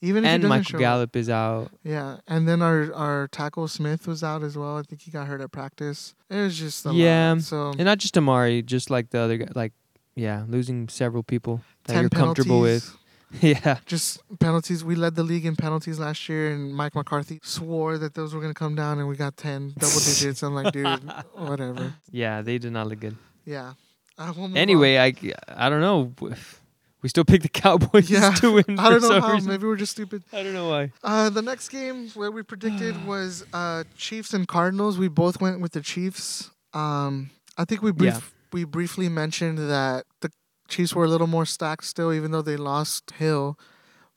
B: even if he
A: and
B: doesn't
A: Michael
B: show up.
A: Gallup is out.
B: Yeah, and then our our tackle Smith was out as well. I think he got hurt at practice. It was just a
A: Yeah,
B: lot. So
A: And not just Amari, just like the other guy. Like, yeah, losing several people that
B: 10
A: you're comfortable
B: penalties,
A: with. yeah.
B: Just penalties. We led the league in penalties last year, and Mike McCarthy swore that those were gonna come down, and we got ten double digits. I'm like, dude, whatever.
A: Yeah, they did not look good.
B: Yeah. I will move on.
A: Anyway, I I don't know. We still picked the Cowboys
B: Yeah.
A: to win.
B: I
A: for
B: don't know
A: some
B: how.
A: reason.
B: Maybe we're just stupid.
A: I don't know why.
B: Uh, the next game where we predicted was uh, Chiefs and Cardinals. We both went with the Chiefs. Um, I think we brief-
A: Yeah.
B: we briefly mentioned that the Chiefs were a little more stacked still, even though they lost Hill.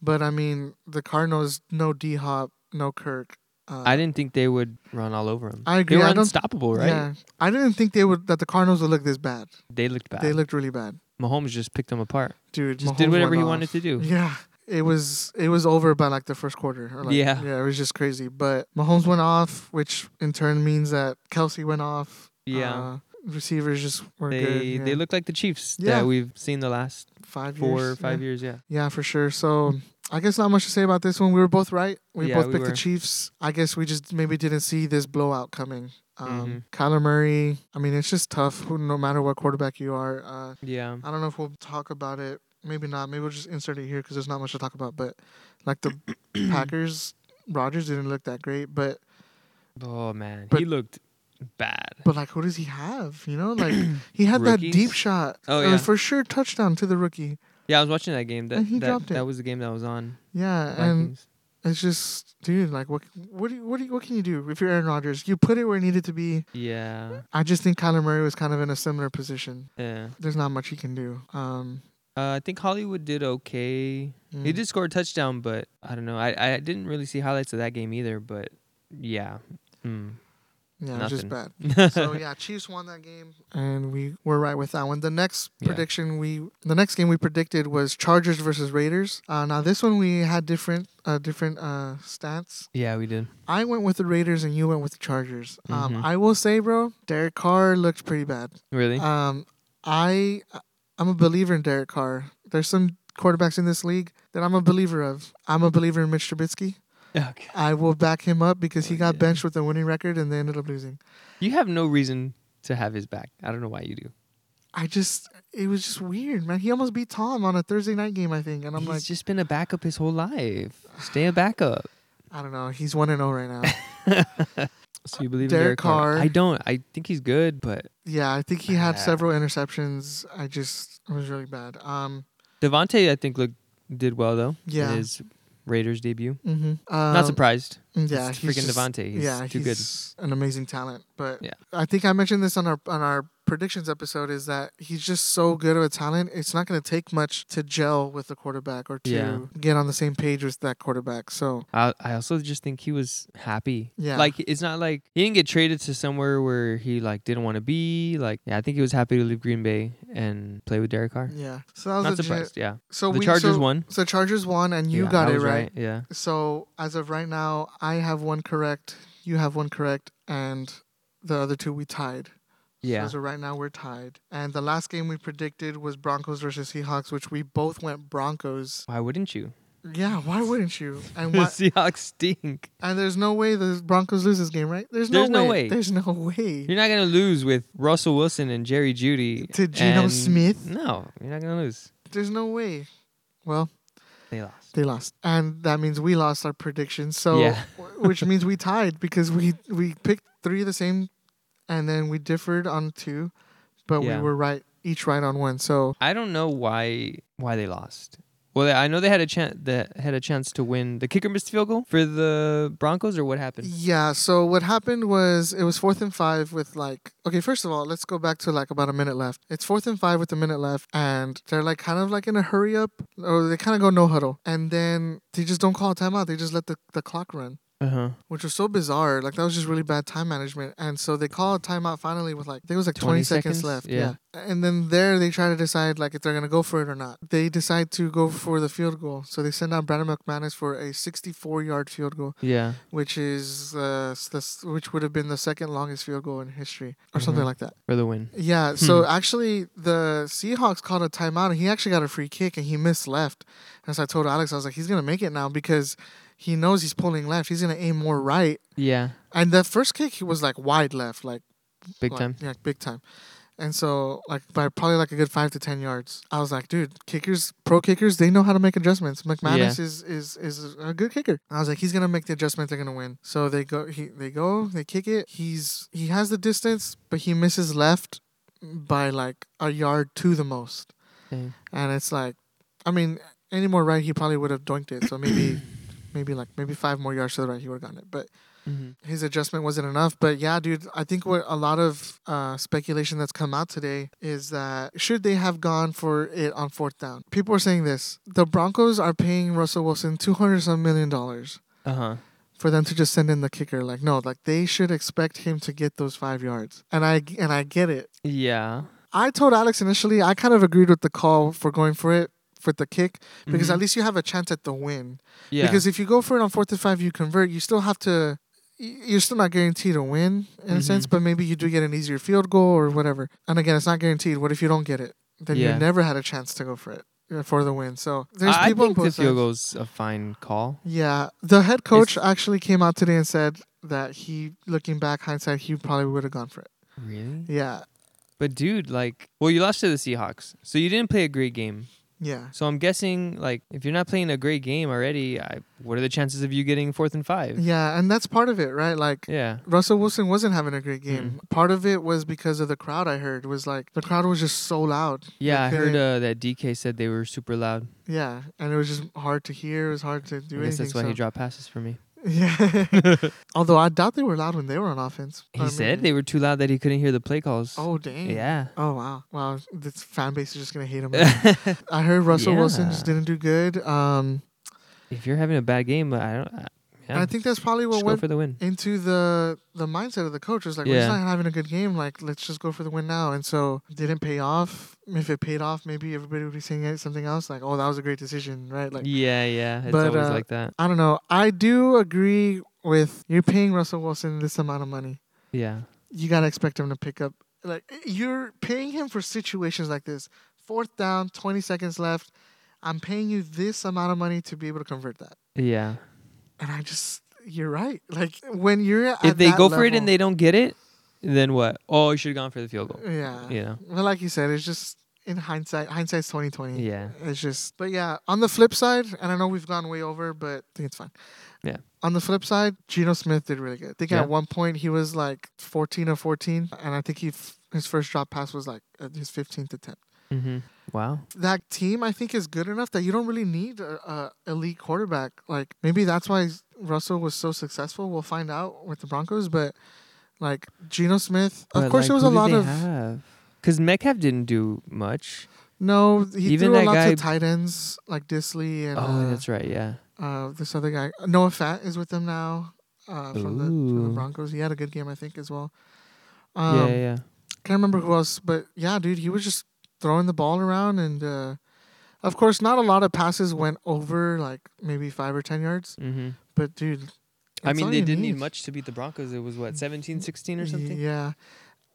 B: But I mean, the Cardinals no D Hop, no Kirk. Uh,
A: I didn't think they would run all over him.
B: I agree.
A: They were
B: I don't-
A: unstoppable, right?
B: Yeah, I didn't think they would that the Cardinals would look this bad.
A: They looked bad.
B: They Uh, looked really bad,
A: Mahomes just picked them apart.
B: dude.
A: Just
B: Mahomes
A: did whatever
B: went
A: he
B: off.
A: wanted to do.
B: Yeah. It was it was over by like the first quarter. Or like,
A: Yeah.
B: Yeah, it was just crazy. But Mahomes went off, which in turn means that Kelsey went off.
A: Yeah.
B: Uh, receivers just were
A: They
B: good. yeah.
A: they look like the Chiefs
B: Yeah.
A: that we've seen the last
B: five
A: four
B: years,
A: or five
B: yeah.
A: years. Yeah.
B: Yeah, for sure. So I guess not much to say about this one. We were both right. We
A: Yeah,
B: both
A: we
B: picked
A: were.
B: the Chiefs. I guess we just maybe didn't see this blowout coming.
A: Mm-hmm.
B: Um, Kyler Murray. I mean, it's just tough. Who, no matter what quarterback you are, uh,
A: Yeah.
B: I don't know if we'll talk about it. Maybe not. Maybe we'll just insert it here because there's not much to talk about. But like the Packers, Rogers didn't look that great. But
A: Oh man,
B: But-
A: he looked bad.
B: but like, who does he have? You know, like he had that deep
A: Rookies?
B: shot.
A: Oh,
B: uh,
A: yeah.
B: for sure, touchdown to the rookie.
A: Yeah, I was watching that game. That
B: And he
A: that,
B: dropped it.
A: that was the game that was on.
B: Yeah, and
A: Vikings.
B: it's just, dude, like, what, what do you, what do you, what can you do if you're Aaron Rodgers? You put it where it needed to be.
A: yeah.
B: I just think Kyler Murray was kind of in a similar position.
A: Yeah.
B: There's not much he can do. Um, mm,
A: Uh, I think Hollywood did okay. He did score a touchdown, but I don't know. I, I didn't really see highlights of that game either, but yeah. Mm.
B: Yeah, it was just bad.
A: nothing.
B: so yeah, Chiefs won that game, and we were right with that one. The next
A: Yeah.
B: prediction we, the next game we predicted was Chargers versus Raiders. Uh, now this one we had different, uh, different uh, stats.
A: Yeah, we did.
B: I went with the Raiders, and you went with the Chargers.
A: Mhm.
B: Um, I will say, bro, Derek Carr looked pretty bad.
A: Really?
B: Um, I, I'm a believer in Derek Carr. There's some quarterbacks in this league that I'm a believer of. I'm a believer in Mitch Trubisky.
A: okay.
B: I will back him up because he
A: Oh,
B: got
A: yeah.
B: benched with a winning record, and they ended up losing.
A: You have no reason to have his back. I don't know why you do.
B: I just it was just weird, man. He almost beat Tom on a Thursday night game, I think, and I'm
A: He's
B: like,
A: just been a backup his whole life. Stay a backup.
B: I don't know. He's one and zero right now.
A: So you believe in
B: Derek
A: Derek Carr?
B: Carr.
A: I don't. I think he's good, but
B: yeah, I think he had
A: Yeah.
B: several interceptions. I just it was really bad. Um,
A: Devontae I think looked did well though. in
B: Yeah.
A: his Raiders debut.
B: mm-hmm. um
A: Not surprised.
B: Yeah,
A: It's
B: he's
A: freaking
B: just-
A: Devontae. He's
B: yeah,
A: too good.
B: he's an amazing talent. But
A: Yeah.
B: I think I mentioned this on our on our predictions episode is that he's just so good of a talent. It's not going to take much to gel with the quarterback or to
A: Yeah.
B: get on the same page with that quarterback. So
A: I, I also just think he was happy.
B: Yeah.
A: Like it's not like he didn't get traded to somewhere where he like didn't want to be. Like yeah, I think he was happy to leave Green Bay and play with Derek Carr.
B: yeah, so that was
A: Not
B: legit.
A: surprised. Yeah.
B: So
A: the
B: we,
A: Chargers
B: so,
A: won.
B: So Chargers won, and you
A: Yeah,
B: got
A: I
B: it
A: was
B: right.
A: Yeah.
B: So as of right now, I have one correct, you have one correct, and the other two we tied. So
A: Yeah.
B: as of right now, we're tied. And the last game we predicted was Broncos versus Seahawks, which we both went Broncos.
A: Why wouldn't you?
B: Yeah, why wouldn't you? And
A: The
B: why,
A: Seahawks stink.
B: and there's no way the Broncos lose this game, right? There's no,
A: There's
B: way.
A: no way.
B: There's no way.
A: You're not gonna lose with Russell Wilson and Jerry Judy
B: To Geno
A: and-
B: Smith?
A: No, you're not gonna lose.
B: There's no way. Well,
A: They lost.
B: they lost, and that means we lost our prediction. So,
A: Yeah.
B: wh- which means we tied because we we picked three of the same, and then we differed on two, but
A: Yeah.
B: we were right each right on one. So
A: I don't know why why they lost. Well, I know they had a chance. That had a chance to win. The kicker missed field goal for the Broncos, or what happened?
B: yeah. So what happened was it was fourth and five with like okay. First of all, let's go back to like about a minute left. It's fourth and five with a minute left, and they're like kind of like in a hurry up, or they kind of go no huddle, and then they just don't call a timeout. They just let the the clock run.
A: Uh huh.
B: which was so bizarre. Like that was just really bad time management. And so they call a timeout finally with like I think it was like 20,
A: 20
B: seconds,
A: seconds?
B: left.
A: Yeah.
B: Yeah. And then there they try to decide like if they're gonna go for it or not. They decide to go for the field goal. So they send out Brandon McManus for a 64 yard field goal,
A: Yeah.
B: which is uh s- the, s- which would have been the second longest field goal in history or something
A: Mhm.
B: like that.
A: For the win.
B: Yeah. So actually, the Seahawks called a timeout, and he actually got a free kick, and he missed left. And so I told Alex, I was like, he's gonna make it now because he knows he's pulling left. He's gonna aim more right.
A: Yeah.
B: And the first kick he was like wide left, like
A: Big
B: like-
A: time.
B: yeah, like, big time. And so like by probably like a good five to ten yards, I was like, dude, kickers, pro kickers, they know how to make adjustments. McManus is is is a good kicker. I was like, he's gonna make the adjustment, they're gonna win. So they go, he they go, they kick it. He's he has the distance, but he misses left by like a yard to the most.
A: Dang.
B: And it's like, I mean, any more right, he probably would have doinked it. So maybe, maybe like maybe five more yards to the right, he would have gotten it. But
A: Mm-hmm.
B: his adjustment wasn't enough. But yeah, dude, I think what a lot of uh, speculation that's come out today is that should they have gone for it on fourth down? People are saying this: the Broncos are paying Russell Wilson two hundred some million dollars
A: Uh huh.
B: for them to just send in the kicker. Like, no, like they should expect him to get those five yards. And I and I get it.
A: Yeah.
B: I told Alex initially I kind of agreed with the call for going for it for the kick because
A: Mhm.
B: at least you have a chance at the win.
A: Yeah.
B: Because if you go for it on fourth and five, you convert. You still have to. y- You're still not guaranteed to win in a sense,
A: Mhm.
B: but maybe you do get an easier field goal or whatever. And again, it's not guaranteed. What if you don't get it? Then
A: Yeah.
B: you never had a chance to go for it uh, for the win. So there's
A: I, I
B: people on
A: think
B: both
A: the
B: sides.
A: field goal's a fine call.
B: Yeah, the head coach actually came out today and said that he, looking back hindsight, he probably would have gone for it.
A: Really?
B: Yeah,
A: But dude, like, well, you lost to the Seahawks, so you didn't play a great game.
B: yeah,
A: So I'm guessing, like, if you're not playing a great game already, I, what are the chances of you getting fourth and five?
B: yeah, and that's part of it, right? Like
A: Yeah. Mm-hmm.
B: Russell Wilson wasn't having a great game. Part of it was because of the crowd. I heard was like the crowd was just so loud.
A: Yeah, I
B: Like, they
A: heard
B: didn't-
A: uh, that DK said they were super loud.
B: Yeah, and it was just hard to hear. It was hard to do
A: I guess
B: anything.
A: that's why
B: so.
A: he dropped passes for me.
B: Yeah. Although I doubt they were loud when they were on offense.
A: He said they were too loud that he couldn't hear the play calls.
B: Oh dang.
A: Yeah.
B: Oh wow. Wow. This fan base is just gonna hate him.
A: if
B: I heard Russell Wilson
A: Yeah.
B: just didn't do good. Um,
A: you're having a bad game, I don't. I,
B: and
A: yeah,
B: I think that's probably what
A: just go
B: went
A: for the win.
B: into the the mindset of the coach. It's like we're just
A: Yeah.
B: not having a good game. Like let's just go for the win now. And so it didn't pay off. If it paid off, maybe everybody would be saying it- something else. Like oh, that was a great decision, right? Like
A: Yeah, yeah. It's
B: But,
A: always
B: uh,
A: like that.
B: I don't know. I do agree with you're paying Russell Wilson this amount of money.
A: Yeah.
B: you gotta expect him to pick up. Like you're paying him for situations like this. Fourth down, twenty seconds left. I'm paying you this amount of money to be able to convert that.
A: Yeah.
B: And I just, you're right. Like when you're at
A: if they
B: that
A: go for it and
B: level-
A: they don't get it, then what? Oh, you should have gone for the field goal.
B: yeah,
A: You know.
B: But like you said, it's just in hindsight. Hindsight's twenty twenty.
A: Yeah.
B: It's just, but yeah. On the flip side, and I know we've gone way over, but I think it's fine.
A: Yeah.
B: On the flip side, Geno Smith did really good. I think
A: Yeah.
B: at one point he was like fourteen or fourteen, and I think he f- his first drop pass was like at his fifteenth attempt.
A: Mm-hmm. Wow.
B: that team I think is good enough that you don't really need a, a elite quarterback. Like maybe that's why Russell was so successful. We'll find out with the Broncos, but like Geno Smith, of
A: But,
B: course,
A: like,
B: there was a
A: who did
B: lot
A: they
B: of
A: have? Because Metcalf didn't do much.
B: no. He
A: Even
B: threw a
A: that
B: lot
A: guy-
B: to tight ends like Disley and
A: oh,
B: uh,
A: that's right. Yeah.
B: uh, this other guy. Noah Fat is with them now uh, from, the, from the
A: Ooh.
B: Broncos. He had a good game, I think, as well.
A: Yeah,
B: Um,
A: yeah, yeah.
B: can't remember who else, but yeah, dude, he was just throwing the ball around, and uh, of course, not a lot of passes went over like maybe five or ten yards.
A: Mm-hmm.
B: But dude,
A: I
B: that's
A: mean,
B: all
A: they
B: you
A: didn't need much to beat the Broncos. It was what 17, 16 or something.
B: Yeah,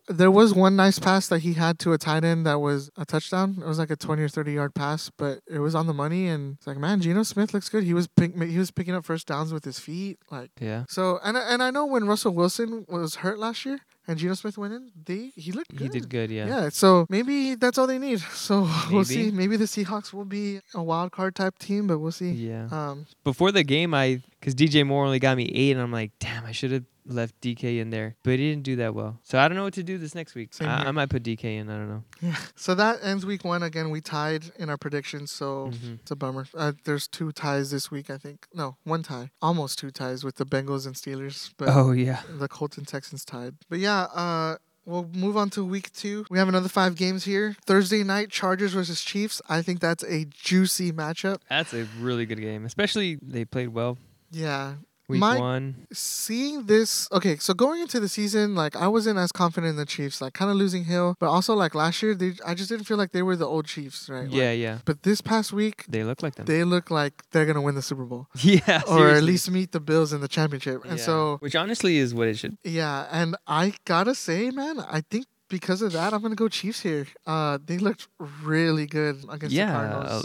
B: there was one nice pass that he had to a tight end that was a touchdown. It was like a twenty or thirty yard pass, but it was on the money, and it's like, man, Geno Smith looks good. He was pick- he was picking up first downs with his feet, like.
A: Yeah.
B: So and I- and I know when Russell Wilson was hurt last year and Geno Smith went in, they he looked good.
A: He did good. Yeah.
B: Yeah, so maybe that's all they need. So
A: Maybe.
B: we'll see. Maybe the Seahawks will be a wild card type team, but we'll see.
A: Yeah.
B: Um,
A: Before the game, I because DJ Moore only got me eight, and I'm like, damn, I should have left DK in there, but he didn't do that well. So I don't know what to do this next week.
B: Same
A: I,
B: here.
A: I might put DK in. I don't know.
B: yeah. So that ends week one. Again, we tied in our predictions, so
A: Mhm.
B: it's a bummer. Uh, there's two ties this week, I think. No, one tie. Almost two ties with the Bengals and Steelers, but
A: Oh yeah.
B: the Colts and Texans tied. But yeah, uh, we'll move on to week two. We have another five games here. Thursday night, Chargers versus Chiefs. I think that's a juicy matchup.
A: That's a really good game, especially they played well
B: Yeah.
A: week
B: My-
A: one.
B: seeing this okay so going into the season like i wasn't as confident in the chiefs like kind of losing hill but also like last year they i just didn't feel like they were the old chiefs right Like,
A: Yeah, yeah.
B: but this past week
A: They look like them.
B: they look like they're gonna win the super bowl
A: yeah.
B: or at
A: seriously.
B: least meet the bills in the championship and
A: Yeah.
B: so
A: which honestly is what it should.
B: yeah and i gotta say man i think because of that, I'm gonna go Chiefs here. Uh, they looked really good against the
A: Yeah,
B: Cardinals.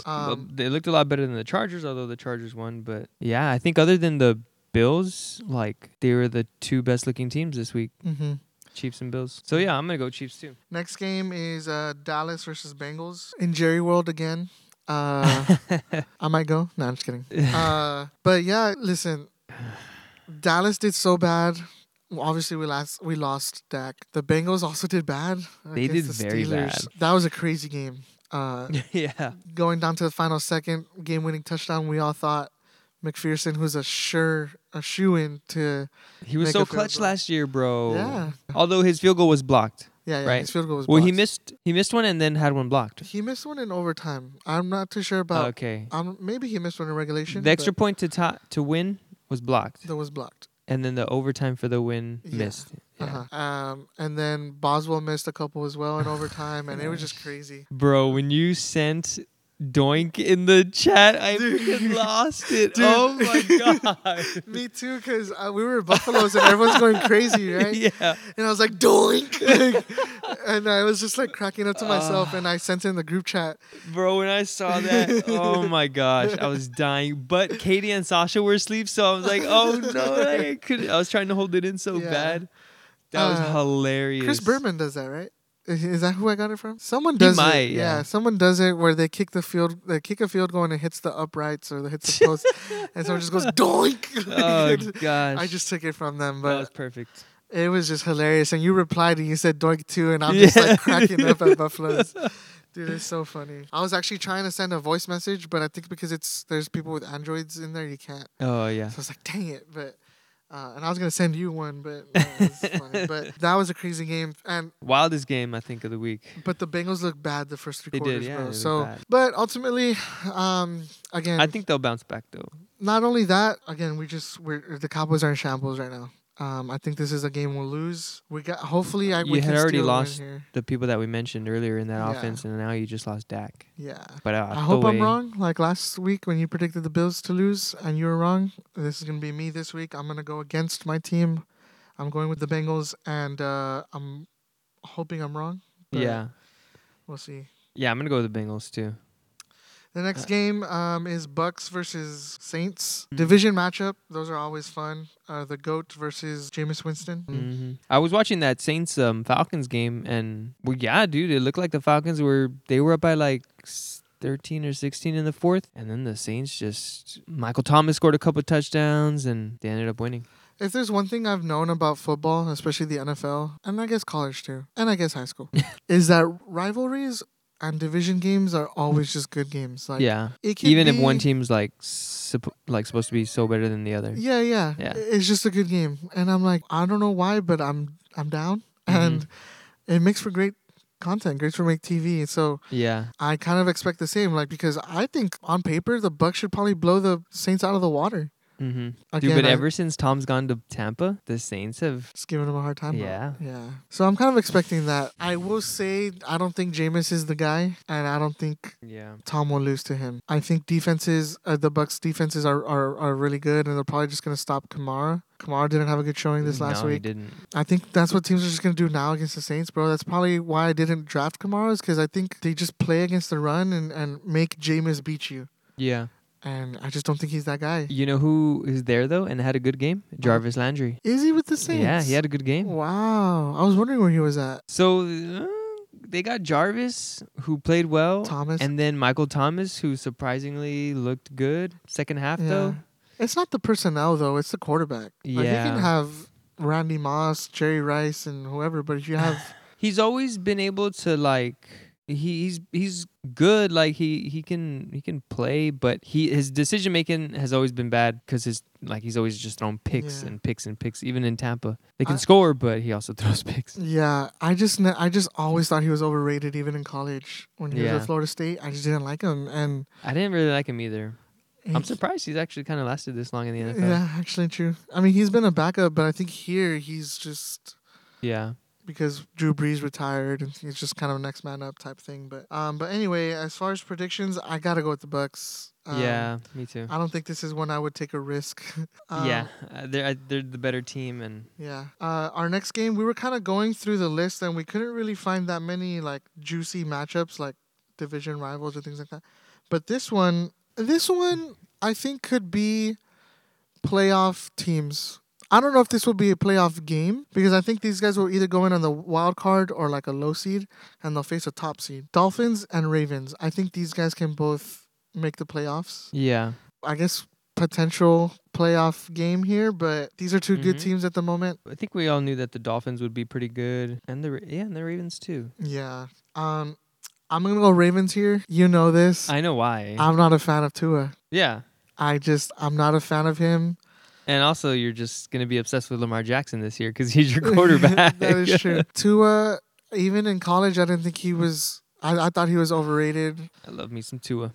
A: uh, well,
B: Um,
A: they looked a lot better than the Chargers, although the Chargers won. But yeah, I think other than the Bills, like they were the two best looking teams this week,
B: mhm.
A: Chiefs and Bills. So yeah, I'm gonna go Chiefs too.
B: Next game is uh, Dallas versus Bengals in Jerry World again. Uh, I might go. No, I'm just kidding. Uh, but yeah, listen, Dallas did so bad. Well, Obviously, we last we lost Dak. The Bengals also did bad.
A: They
B: against
A: did very bad.
B: That was a crazy game. Uh,
A: yeah,
B: going down to the final second, game-winning touchdown. We all thought McPherson, who's a sure a shoe in to
A: he was
B: Make a
A: so
B: field
A: clutch
B: goal.
A: last year, bro.
B: yeah
A: Although his field goal was blocked.
B: yeah yeah.
A: Oh. Right.
B: His field goal was
A: Well, he
B: blocked.
A: missed he missed one and then had one blocked.
B: he missed one in overtime. I'm not too sure about.
A: Okay.
B: Um, maybe he missed one in regulation.
A: The extra
B: but
A: point to to to win was blocked,
B: that was blocked.
A: and then the overtime for the win
B: Yeah.
A: missed. Yeah.
B: Uh-huh. Um, and then Boswell missed a couple as well in overtime, and it was just crazy.
A: Bro, when you sent Doink in the chat, I freaking lost it.
B: Dude.
A: Oh my
B: Me too, because uh, we were Buffaloes and everyone's going crazy,
A: god.
B: right?
A: yeah.
B: And I was like, doink. Like, and I was just like cracking up to myself,
A: Ah.
B: and I sent it in the group chat.
A: Bro, when I saw that, oh my gosh, I was dying. But Katie and Sasha were asleep, so I was like, oh no, I could I was trying to hold it in so
B: Yeah.
A: bad. That was
B: Uh,
A: hilarious.
B: Chris Berman does that, right? Is, is that who I got it from? Someone
A: He
B: does it.
A: might,
B: yeah.
A: yeah.
B: someone does it where they kick the field, they kick a field goal and it hits the uprights or it hits the post, and someone just goes doink.
A: Oh gosh.
B: I just took it from them,
A: that
B: but
A: was perfect.
B: It was just hilarious. And you replied and you said dork too, and I'm just
A: Yeah.
B: like cracking up at Buffalo's. Dude, it's so funny. I was actually trying to send a voice message, but I think because it's there's people with androids in there, you can't.
A: Oh yeah.
B: So I was like, dang it, but. Uh, and I was gonna send you one, but no, it's fine. but that was a crazy game, and
A: Wildest game I think of the week.
B: but the Bengals looked bad the first three
A: They did,
B: quarters,
A: yeah, they
B: bro.
A: looked
B: So,
A: bad.
B: but ultimately, um, again,
A: I think they'll bounce back though.
B: not only that, again, we just we're the Cowboys are in shambles right now. Um, I think this is a game we'll lose. We got hopefully I
A: You
B: we
A: had
B: can
A: already
B: steal a win
A: lost.
B: here.
A: The people that we mentioned earlier in that
B: Yeah.
A: offense, and now you just lost Dak.
B: Yeah.
A: But uh,
B: I hope I'm
A: way-
B: wrong. Like last week when you predicted the Bills to lose and you were wrong. This is gonna be me this week. I'm gonna go against my team. I'm going with the Bengals and uh, I'm hoping I'm wrong. but
A: Yeah,
B: We'll see.
A: yeah. I'm gonna go with the Bengals too.
B: The next
A: Uh,
B: game um, is Bucks versus Saints.
A: Mhm.
B: Division matchup. Those are always fun. Uh, the GOAT versus Jameis Winston.
A: hmm I was watching that Saints um, Falcons game, and well, yeah, dude, it looked like the Falcons were they were up by like s- thirteen or sixteen in the fourth, and then the Saints just Michael Thomas scored a couple touchdowns, and they ended up winning.
B: If there's one thing I've known about football, especially the NFL, and I guess college too, and I guess high school, is that rivalries and division games are always just good games. Like
A: yeah,
B: it could
A: even if one
B: be-
A: team's like supp- like supposed to be so better than the other.
B: Yeah, yeah,
A: Yeah.
B: It's just a good game, and I'm like, I don't know why, but I'm I'm down,
A: Mm-hmm.
B: and it makes for great content, great for make TV. So
A: Yeah,
B: I kind of expect the same, like because I think on paper the Bucks should probably blow the Saints out of the water.
A: hmm
B: Again,
A: dude. But
B: I-
A: ever since Tom's gone to Tampa, the Saints have
B: Just giving him a hard time. bro.
A: Yeah.
B: Yeah. So I'm kind of expecting that. I will say I don't think Jameis is the guy, and I don't think
A: yeah.
B: Tom will lose to him. I think defenses, uh, the Bucks defenses are, are, are really good, and they're probably just going to stop Kamara. Kamara didn't have a good showing this last
A: no, he
B: week.
A: didn't.
B: I think that's what teams are just going to do now against the Saints, bro. That's probably why I didn't draft Kamara, is because I think they just play against the run and, and make Jameis beat you.
A: Yeah,
B: And I just don't think he's that guy.
A: you know who is there though, and had a good game, Jarvis Landry.
B: Is he with the Saints?
A: Yeah, he had a good game.
B: Wow. I was wondering where he was at.
A: So uh, they got Jarvis, who played well,
B: Thomas.
A: and then Michael Thomas, who surprisingly looked good second half
B: Yeah.
A: though.
B: It's not the personnel though; it's the quarterback. Like, you
A: Yeah.
B: can have Randy Moss, Jerry Rice, and whoever, but if you have
A: He's always been able to like he, he's he's good. Like he he can he can play, but he his decision making has always been bad because his like he's always just thrown picks
B: Yeah.
A: and picks and picks. Even in Tampa, they can
B: I- Mm.
A: score, but he also throws picks.
B: yeah, I just ne- I just always thought he was overrated even in college when he was
A: Yeah.
B: at Florida State. I just didn't like him, and
A: I didn't really like him either. I'm
B: he-
A: surprised he's actually kind of lasted this long in the NFL.
B: Yeah, actually true. I mean, he's been a backup, but I think here he's just
A: yeah.
B: because Drew Brees retired and he's just kind of next man up type thing. But um, but anyway, as far as predictions, I gotta go with the Bucks. Um,
A: yeah, me too.
B: I don't think this is one I would take a risk. Um,
A: yeah, uh, they're uh, they're the better team, and
B: Yeah. Uh, our next game, we were kind of going through the list and we couldn't really find that many like juicy matchups, like division rivals or things like that. But this one, this one, I think could be playoff teams. I don't know if this will be a playoff game because I think these guys will either go in on the wild card or like a low seed and they'll face a top seed. Dolphins and Ravens. I think these guys can both make the playoffs.
A: yeah,
B: I guess potential playoff game here, but these are 2 good
A: Mhm.
B: teams at the moment.
A: I think we all knew that the Dolphins would be pretty good, and the Ra- yeah, and the Ravens too.
B: Yeah. Um, I'm gonna go Ravens here. You know this. I,
A: I know why.
B: am not a fan of Tua.
A: yeah,
B: I just I'm not a fan of him.
A: and also you're just gonna be obsessed with Lamar Jackson this year because he's your quarterback.
B: that is true. Tua, even in college, I didn't think he was. I, I thought he was overrated.
A: I love me some Tua.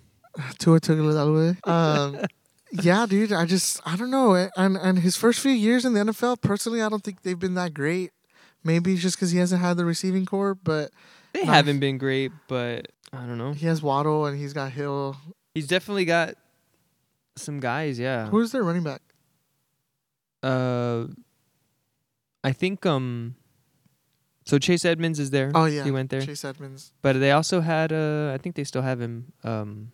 B: Tua Tagovailoa. Um, yeah, dude. I just I don't know. And and his first few years in the NFL, personally, I don't think they've been that great. Maybe it's just because he hasn't had the receiving core, but
A: They
B: Nice.
A: haven't been great, but I don't know.
B: he has Waddle and he's got Hill.
A: He's definitely got some guys. Yeah.
B: Who's their running back?
A: Uh, I think um. So Chase Edmonds is there.
B: Oh yeah,
A: he went there.
B: Chase Edmonds.
A: But they also had uh I think they still have him um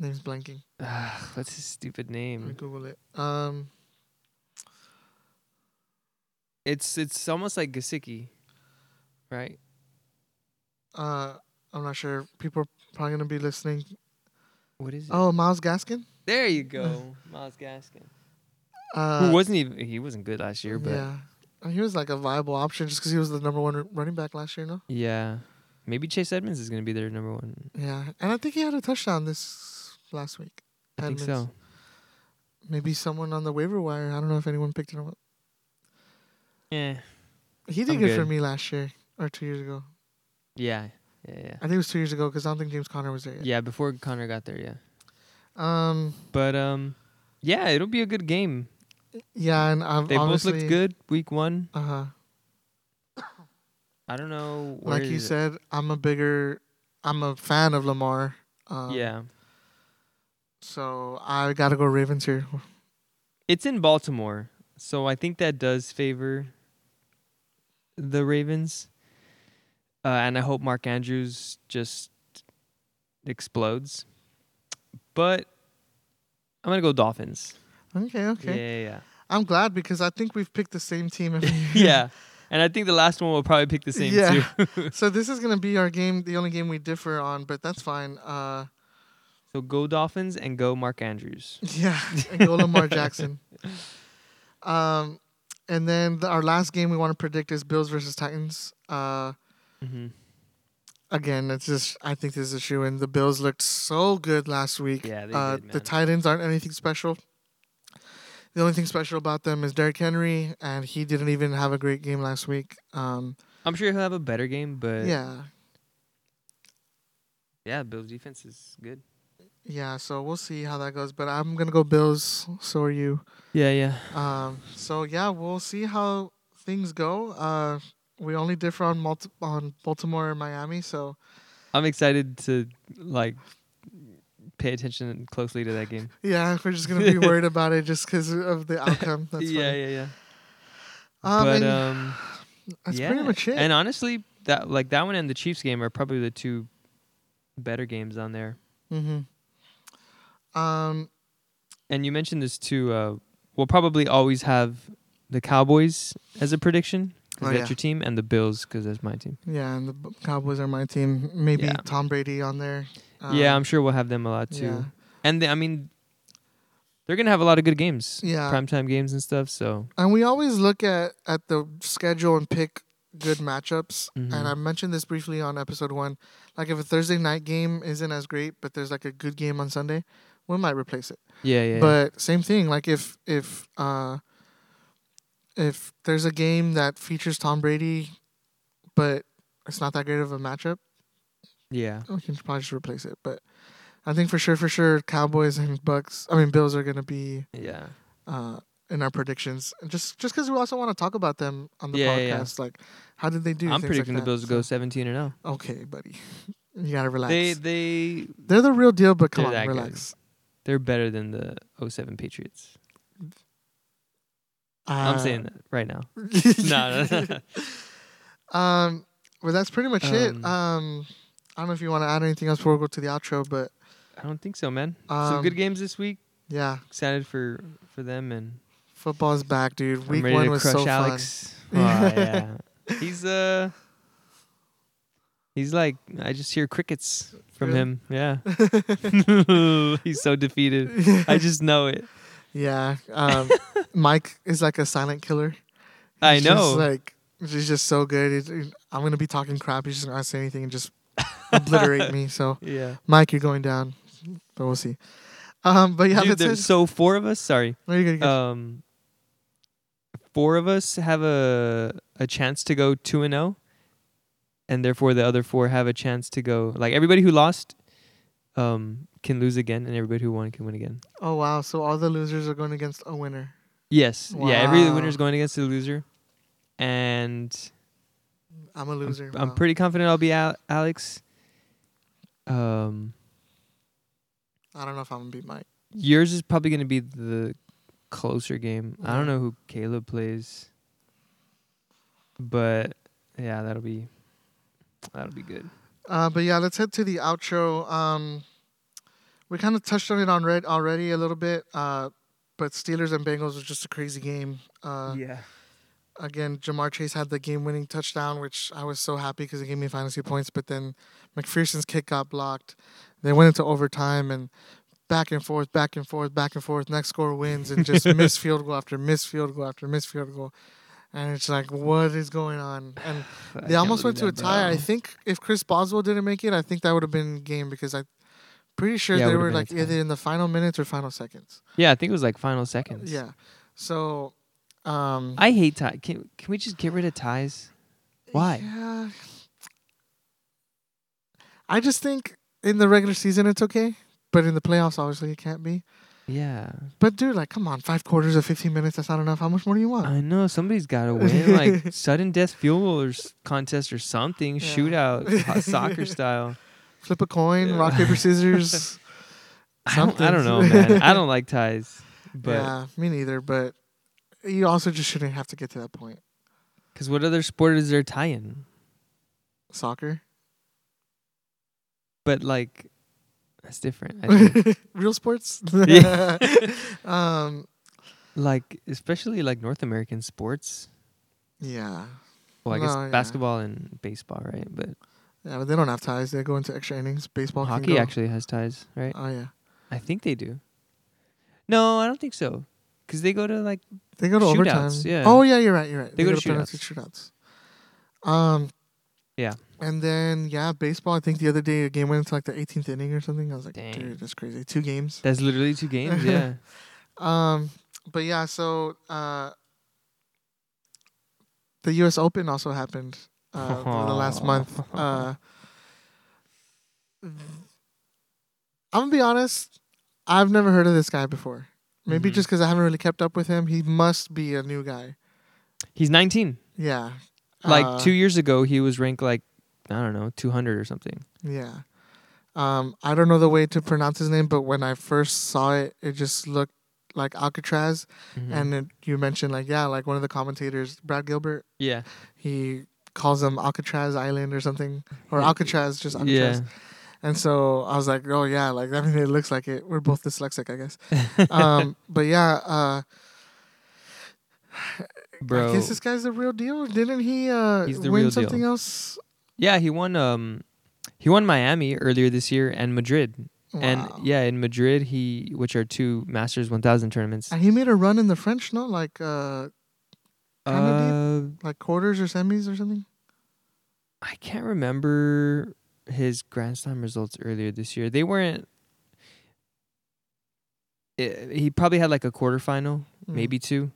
B: Name's blanking.
A: ah, what's his stupid
B: Let me
A: name?
B: Google it. Um,
A: It's it's almost like Gasicki, right?
B: uh, I'm not sure. People are probably gonna be listening.
A: What is it?
B: Oh, Miles Gaskin.
A: There you go, Miles Gaskin.
B: Uh,
A: Who wasn't even he wasn't good last year, but yeah,
B: Yeah. Uh, He was like a viable option just because he was the number one r- running back last year, no?
A: maybe Chase Edmonds is gonna be their number one.
B: Yeah. And I think he had a touchdown this last week.
A: I think
B: Edmonds.
A: so.
B: Maybe someone on the waiver wire. I don't know if anyone picked him up.
A: Yeah,
B: He did
A: I'm
B: good, for
A: good.
B: me last year or two years ago.
A: yeah, yeah, yeah.
B: I think it was two years ago because I don't think James Conner was there yet.
A: Yeah, before Connor got there, yeah.
B: Um.
A: But um, yeah, it'll be a good game.
B: Yeah, and I've
A: They
B: honestly,
A: both looked good week one.
B: Uh huh.
A: I don't know. where
B: Like you
A: is it.
B: said, I'm a bigger, I'm a fan of Lamar. Um,
A: yeah,
B: So I gotta go Ravens here.
A: it's in Baltimore, so I think that does favor the Ravens. Uh, and I hope Mark Andrews just explodes. But I'm gonna go Dolphins.
B: Okay. Okay.
A: Yeah,
B: I'm glad because I think we've picked the same team. Every
A: yeah, yeah. yeah. And I think the last one will probably pick the same
B: Yeah.
A: too.
B: so this is gonna be our game, the only game we differ on, but that's fine. Uh,
A: so go Dolphins and go Mark Andrews.
B: yeah, and go Lamar Jackson. Um, and then the, our last game we want to predict is Bills versus Titans. Uh,
A: hmm
B: again, it's just I think this is a shoe in. The Bills looked so good last week.
A: Yeah, they
B: uh,
A: did,
B: The
A: man.
B: Titans aren't anything special. The only thing special about them is Derrick Henry, and he didn't even have a great game last week. Um,
A: I'm sure he'll have a better game, but
B: yeah,
A: yeah, Bills defense is good.
B: yeah. So we'll see how that goes. But I'm gonna go Bills. So are you?
A: Yeah, yeah.
B: Um, so yeah, we'll see how things go. Uh, we only differ on multi- on Baltimore and Miami, so
A: I'm excited to like pay attention closely to that game.
B: yeah, we're just gonna be worried about it just because of the outcome. That's
A: yeah,
B: funny.
A: yeah, yeah.
B: Um,
A: but
B: and
A: um,
B: that's
A: yeah.
B: pretty much it.
A: And honestly, that like that one and the Chiefs game are probably the two better games on there.
B: mm-hmm. Um,
A: And you mentioned this too. Uh, we'll probably always have the Cowboys as a prediction. 'cause
B: Oh,
A: that's
B: yeah.
A: your team, and the Bills because that's my team.
B: yeah, and the B- Cowboys are my team. Maybe
A: Yeah.
B: Tom Brady on there. Um,
A: yeah, I'm sure we'll have them a lot too.
B: yeah.
A: And they, I mean, they're gonna have a lot of good games,
B: Yeah.
A: primetime games and stuff. So
B: And we always look at at the schedule and pick good matchups.
A: Mhm.
B: And I mentioned this briefly on episode one. Like if a Thursday night game isn't as great, but there's like a good game on Sunday, we might replace it.
A: yeah, yeah,
B: But same thing. Like if if uh if there's a game that features Tom Brady, but it's not that great of a matchup,
A: yeah.
B: we can probably just replace it. But I think for sure, for sure, Cowboys and Bucks. I mean, Bills are gonna be
A: Yeah.
B: uh, in our predictions, And just just because we also want to talk about them on the
A: Yeah, yeah, yeah.
B: podcast. Like, how did they do?
A: I'm
B: things like
A: predicting the
B: that.
A: Bills to go 17 and oh. 0.
B: So- Okay, buddy, you gotta relax.
A: They
B: They,
A: they
B: are the real deal, but come
A: They're
B: on,
A: that good.
B: relax.
A: they're better than the 07 Patriots. I'm
B: Uh,
A: saying that right now. no, no, no.
B: um, but that's pretty much it.
A: Um,
B: Um, I don't know if you want to add anything else before we go to the outro, but
A: I don't think so, man. Some
B: Um,
A: good games this week.
B: yeah,
A: Excited for for them and
B: football's back, dude.
A: I'm
B: Week
A: ready
B: one
A: to
B: was
A: crush
B: so
A: Alex.
B: fun.
A: Oh, yeah. He's uh He's like I just hear crickets from
B: Really?
A: him. Yeah.
B: fun.
A: He's so defeated. I just know it.
B: yeah, um, Mike is like a silent killer.
A: I
B: He's just,
A: know.
B: like he's just so good. He's- he's- I'm gonna be talking crap. He's just not gonna say anything and just obliterate me. So
A: yeah.
B: Mike, you're going down, but we'll see. Um, but yeah,
A: Dude,
B: that's it.
A: there's so four of us, sorry.
B: No, you're good, you're good.
A: um, four of us have a a chance to go two and zero, and therefore the other four have a chance to go. Like everybody who lost, um, can lose again, and everybody who won can win again.
B: oh wow, so all the losers are going against a winner.
A: Yes, yeah. Every
B: Wow.
A: winner's going against the loser, and
B: I'm a
A: I'm-
B: loser.
A: I'm,
B: wow.
A: pretty confident I'll be Al- Alex. Um,
B: I don't know if I'm gonna beat Mike.
A: yours is probably going to be the closer game. I don't
B: Yeah.
A: know who Caleb plays, but yeah, that'll be that'll be good.
B: Uh, but yeah, let's head to the outro. Um, we kind of touched on it on red already a little bit. Uh, but Steelers and Bengals was just a crazy game. Uh,
A: yeah,
B: again, Jamar Chase had the game-winning touchdown, which I was so happy because it gave me fantasy points. But then McPherson's kick got blocked. They went into overtime, and back and forth, back and forth, back and forth. Next score wins and just miss field goal after miss field goal after miss field goal. And it's like, what is going on? And
A: I
B: they
A: can't
B: almost went to a
A: believe that, um,
B: tie.
A: bro.
B: I think if Chris Boswell didn't make it, I think that would have been game because I'm pretty sure
A: Yeah, it
B: they
A: would've
B: were
A: been a
B: like
A: tie.
B: either in the final minutes or final seconds.
A: Yeah, I think it was like final seconds.
B: Yeah. So, um,
A: I hate ties. Can can we just get rid of ties? Why?
B: Yeah. I just think in the regular season it's okay, but in the playoffs, obviously, it can't be.
A: Yeah.
B: But dude, like, come on, five quarters of 15 minutes, that's not enough. How much more do you want?
A: I know somebody's got to win, like sudden death field goal or s- contest or something,
B: Yeah.
A: shootout, ho- soccer style.
B: Flip a coin, rock, paper, scissors.
A: I don't, I don't know,
B: Something.
A: man. I don't like ties, but
B: yeah, me neither, but you also just shouldn't have to get to that point.
A: because what other sport is there tie in?
B: Soccer.
A: But like, that's different. I think.
B: Real sports?
A: Yeah.
B: um,
A: like, especially like North American sports.
B: yeah.
A: Well, I guess
B: No, Oh, yeah.
A: basketball and baseball, right? But
B: Yeah, but they don't have ties. They go into extra innings. Baseball can
A: hockey
B: go.
A: actually has ties, right?
B: Oh, yeah.
A: I think they do. No, I don't think so. Because they go to like
B: They go to
A: Shootouts,
B: overtime.
A: yeah.
B: Oh yeah, you're right. You're right.
A: They go to
B: penalty shootouts. Um.
A: Yeah.
B: And then yeah, baseball. I think the other day a game went into like the 18th inning or something. I was like,
A: Dang.
B: dude, that's crazy. Two games.
A: that's literally two games. Yeah,
B: Um. But yeah, so uh, the U.S. Open also happened uh, over the last month. Uh, I'm gonna be honest. I've never heard of this guy before. Maybe
A: Mhm.
B: just because I haven't really kept up with him. He must be a new guy.
A: he's 19.
B: Yeah.
A: Like
B: Uh,
A: two years ago, he was ranked like I don't know, 200 or something.
B: Yeah. Um, I don't know the way to pronounce his name, but when I first saw it, it just looked like Alcatraz.
A: Mhm.
B: And it, you mentioned, like, yeah, like one of the commentators, Brad Gilbert,
A: yeah,
B: he calls them Alcatraz Island or something, or
A: Yeah.
B: Alcatraz, just Alcatraz.
A: yeah,
B: And so I was like, oh, yeah, like, I mean, it looks like it. We're both dyslexic, I guess. um, but yeah, uh,
A: bro.
B: I guess this guy's the real deal. Didn't he uh,
A: He's the
B: win
A: real deal.
B: something else?
A: yeah, he won. Um, he won Miami earlier this year and Madrid. And
B: Wow.
A: yeah, in Madrid, he which are two Masters 1000 tournaments.
B: And he made a run in the French, no? Like, uh,
A: Uh,
B: kinda like quarters or semis or something.
A: I can't remember his Grand Slam results earlier this year. They weren't. I he probably had like a quarterfinal,
B: Mm.
A: maybe two,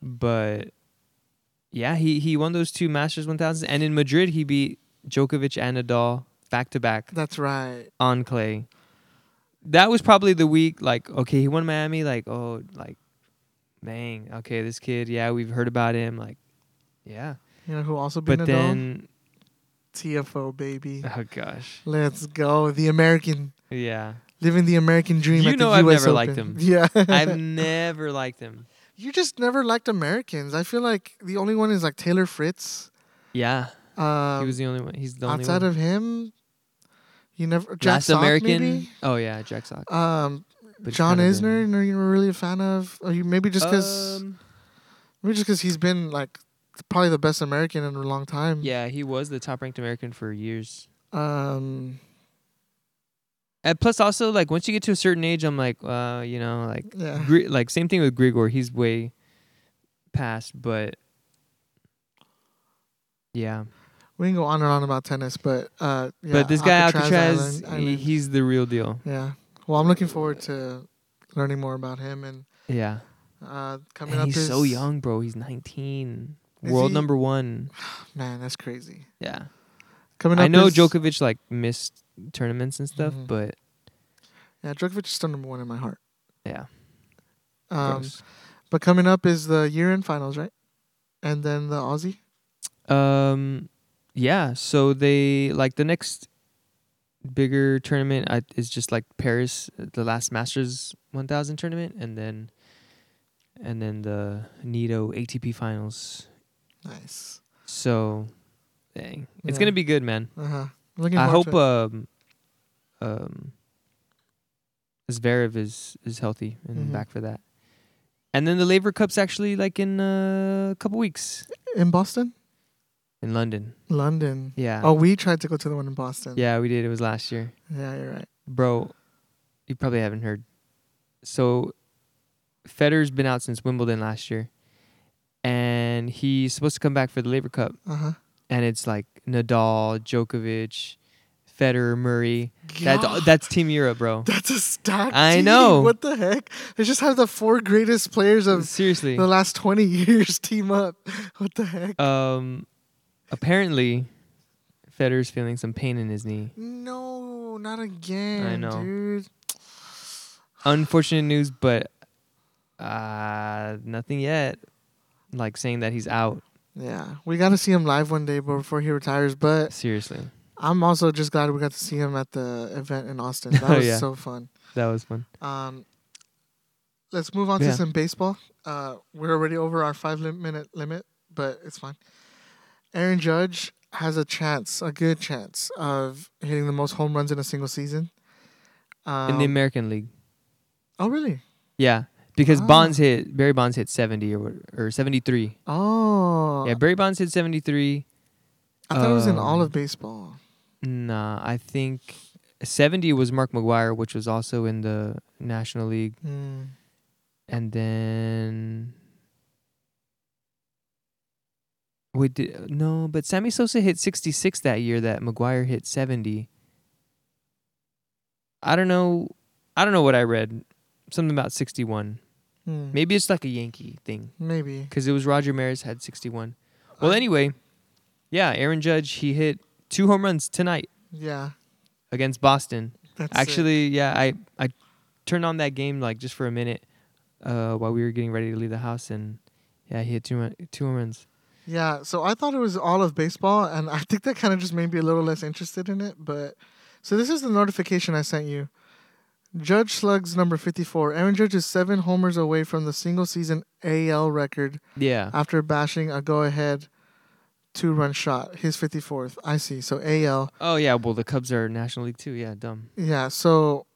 A: but yeah, he he won those two Masters 1000s, and in Madrid he beat Djokovic and Nadal back to back
B: That's right.
A: on clay. That was probably the week. Like, okay, he won Miami. Like, oh, like, bang. Okay, this kid. Yeah, we've heard about him. Like, yeah.
B: You know who also
A: But
B: beat Nadal?
A: then,
B: TFO baby.
A: oh gosh,
B: Let's go. The American
A: yeah.
B: living the American dream.
A: You
B: at
A: know
B: the
A: I've
B: US
A: never liked
B: Open.
A: him.
B: Yeah.
A: I've never liked him.
B: you just never liked Americans. I feel like the only one is like Taylor Fritz.
A: Yeah,
B: Um,
A: he was the only one. He's the only
B: outside
A: one.
B: of him, you never Jack
A: Last
B: Sock,
A: American.
B: Maybe?
A: Oh yeah, Jack Sock.
B: Um,
A: But
B: John
A: kinda
B: Isner. Are you really a fan of? Are you maybe just because
A: Um,
B: maybe just because he's been like probably the best American in a long time.
A: yeah, he was the top ranked American for years.
B: Um.
A: And plus, also like once you get to a certain age, I'm like, uh, you know, like
B: Yeah.
A: Gri- like same thing with Grigor. He's way past, but yeah.
B: We can go on and on about tennis, but uh, yeah,
A: but this guy Alcatraz,
B: Island-
A: he,
B: Island.
A: he's the real deal.
B: yeah. Well, I'm looking forward to learning more about him and
A: Yeah,
B: uh, coming
A: and
B: up.
A: he's
B: is,
A: so young, bro. He's 19,
B: Is
A: world
B: he-
A: number one.
B: man. That's crazy.
A: Yeah.
B: Coming up,
A: I know
B: is,
A: Djokovic like missed tournaments and stuff,
B: Mhm.
A: but
B: Yeah, Djokovic is still number one in my heart.
A: yeah.
B: Um,
A: gross.
B: but coming up is the year-end finals, right? And then the Aussie.
A: Um, yeah. So they like the next bigger tournament I, is just like Paris, the last Masters 1000 tournament, and then and then the Nito ATP finals.
B: Nice.
A: So, dang, it's
B: Yeah.
A: gonna be good, man.
B: Uh huh. Looking
A: I
B: forward
A: hope
B: to it.
A: um um Zverev is is healthy and
B: Mhm.
A: back for that. And then the Labor Cup's actually like in uh, a couple weeks
B: in Boston,
A: in London.
B: London.
A: Yeah.
B: Oh, we tried to go to the one in Boston.
A: Yeah, we did. It was last year.
B: Yeah, you're right.
A: Bro, you probably haven't heard. So Federer's been out since Wimbledon last year, and he's supposed to come back for the Labor Cup,
B: Uh huh.
A: and it's like Nadal, Djokovic, Federer, Murray. That's that's Team Europe, bro.
B: That's a stacked
A: I
B: team.
A: know.
B: What the heck? They just have the four greatest players of
A: Seriously.
B: the last 20 years team up. What the heck?
A: Um, apparently, Federer's feeling some pain in his knee.
B: No, not again.
A: I know.
B: Dude.
A: Unfortunate news, but uh, nothing yet. Like saying that he's out.
B: Yeah. We got to see him live one day before he retires, but
A: Seriously,
B: I'm also just glad we got to see him at the event in Austin. That
A: Oh,
B: was
A: yeah.
B: so fun.
A: that was fun.
B: Um, let's move on
A: Yeah.
B: to some baseball. Uh, we're already over our five lim- minute limit, but it's fine. Aaron Judge has a chance, a good chance, of hitting the most home runs in a single season.
A: in the
B: Um,
A: American League.
B: oh, really?
A: Yeah, because
B: Ah.
A: Bonds hit Barry Bonds hit seventy or what- or seventy three.
B: Oh,
A: yeah, Barry Bonds hit seventy three.
B: I thought it was in all
A: um,
B: of baseball.
A: Nah, I think seventy was Mark McGuire, which was also in the National League,
B: Mm.
A: and then. Wait, did, no, but Sammy Sosa hit 66 that year that McGuire hit 70. I don't know. I don't know what I read. Something about 61.
B: Mm.
A: Maybe it's like a Yankee thing.
B: Maybe.
A: because it was Roger Maris had 61. Well,
B: Uh,
A: anyway, yeah, Aaron Judge he hit two home runs tonight
B: Yeah.
A: against Boston.
B: That's it.
A: Actually, yeah, I I turned on that game like just for a minute uh, while we were getting ready to leave the house, and yeah, he hit two run- two home runs.
B: Yeah, so I thought it was all of baseball, and I think that kind of just made me a little less interested in it. But so this is the notification I sent you. Judge slugs number 54. Aaron Judge is seven homers away from the single season AL record
A: Yeah,
B: after bashing a go ahead two run shot, his 54th. I see. So AL.
A: Oh yeah, well the Cubs are National League too. Yeah, dumb.
B: Yeah, so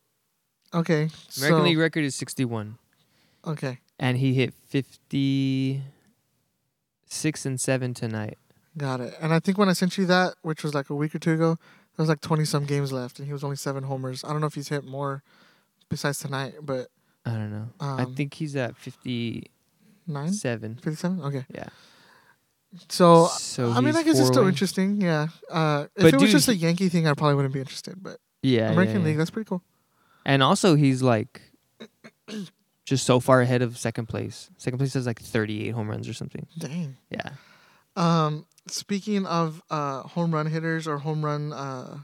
B: okay.
A: American
B: so,
A: League record is 61,
B: Okay,
A: and he hit 56 and seven tonight.
B: got it. And I think when I sent you that, which was like a week or two ago, there was like 20 some games left, and he was only seven homers. I don't know if he's hit more besides tonight, but.
A: I don't know. I
B: Um,
A: think he's at 57.
B: nine, fifty-seven. Okay.
A: Yeah.
B: So,
A: So
B: I mean,
A: he's
B: I guess it's
A: four
B: still
A: away.
B: interesting. Yeah. Uh, if
A: But
B: it was
A: dude,
B: just a
A: he-
B: Yankee thing, I probably wouldn't be interested. But
A: Yeah,
B: American
A: yeah, yeah.
B: League, that's pretty cool.
A: And also, he's like just so far ahead of second place. Second place has like 38 home runs or something.
B: Dang.
A: Yeah.
B: Um, speaking of uh, home run hitters or home run uh,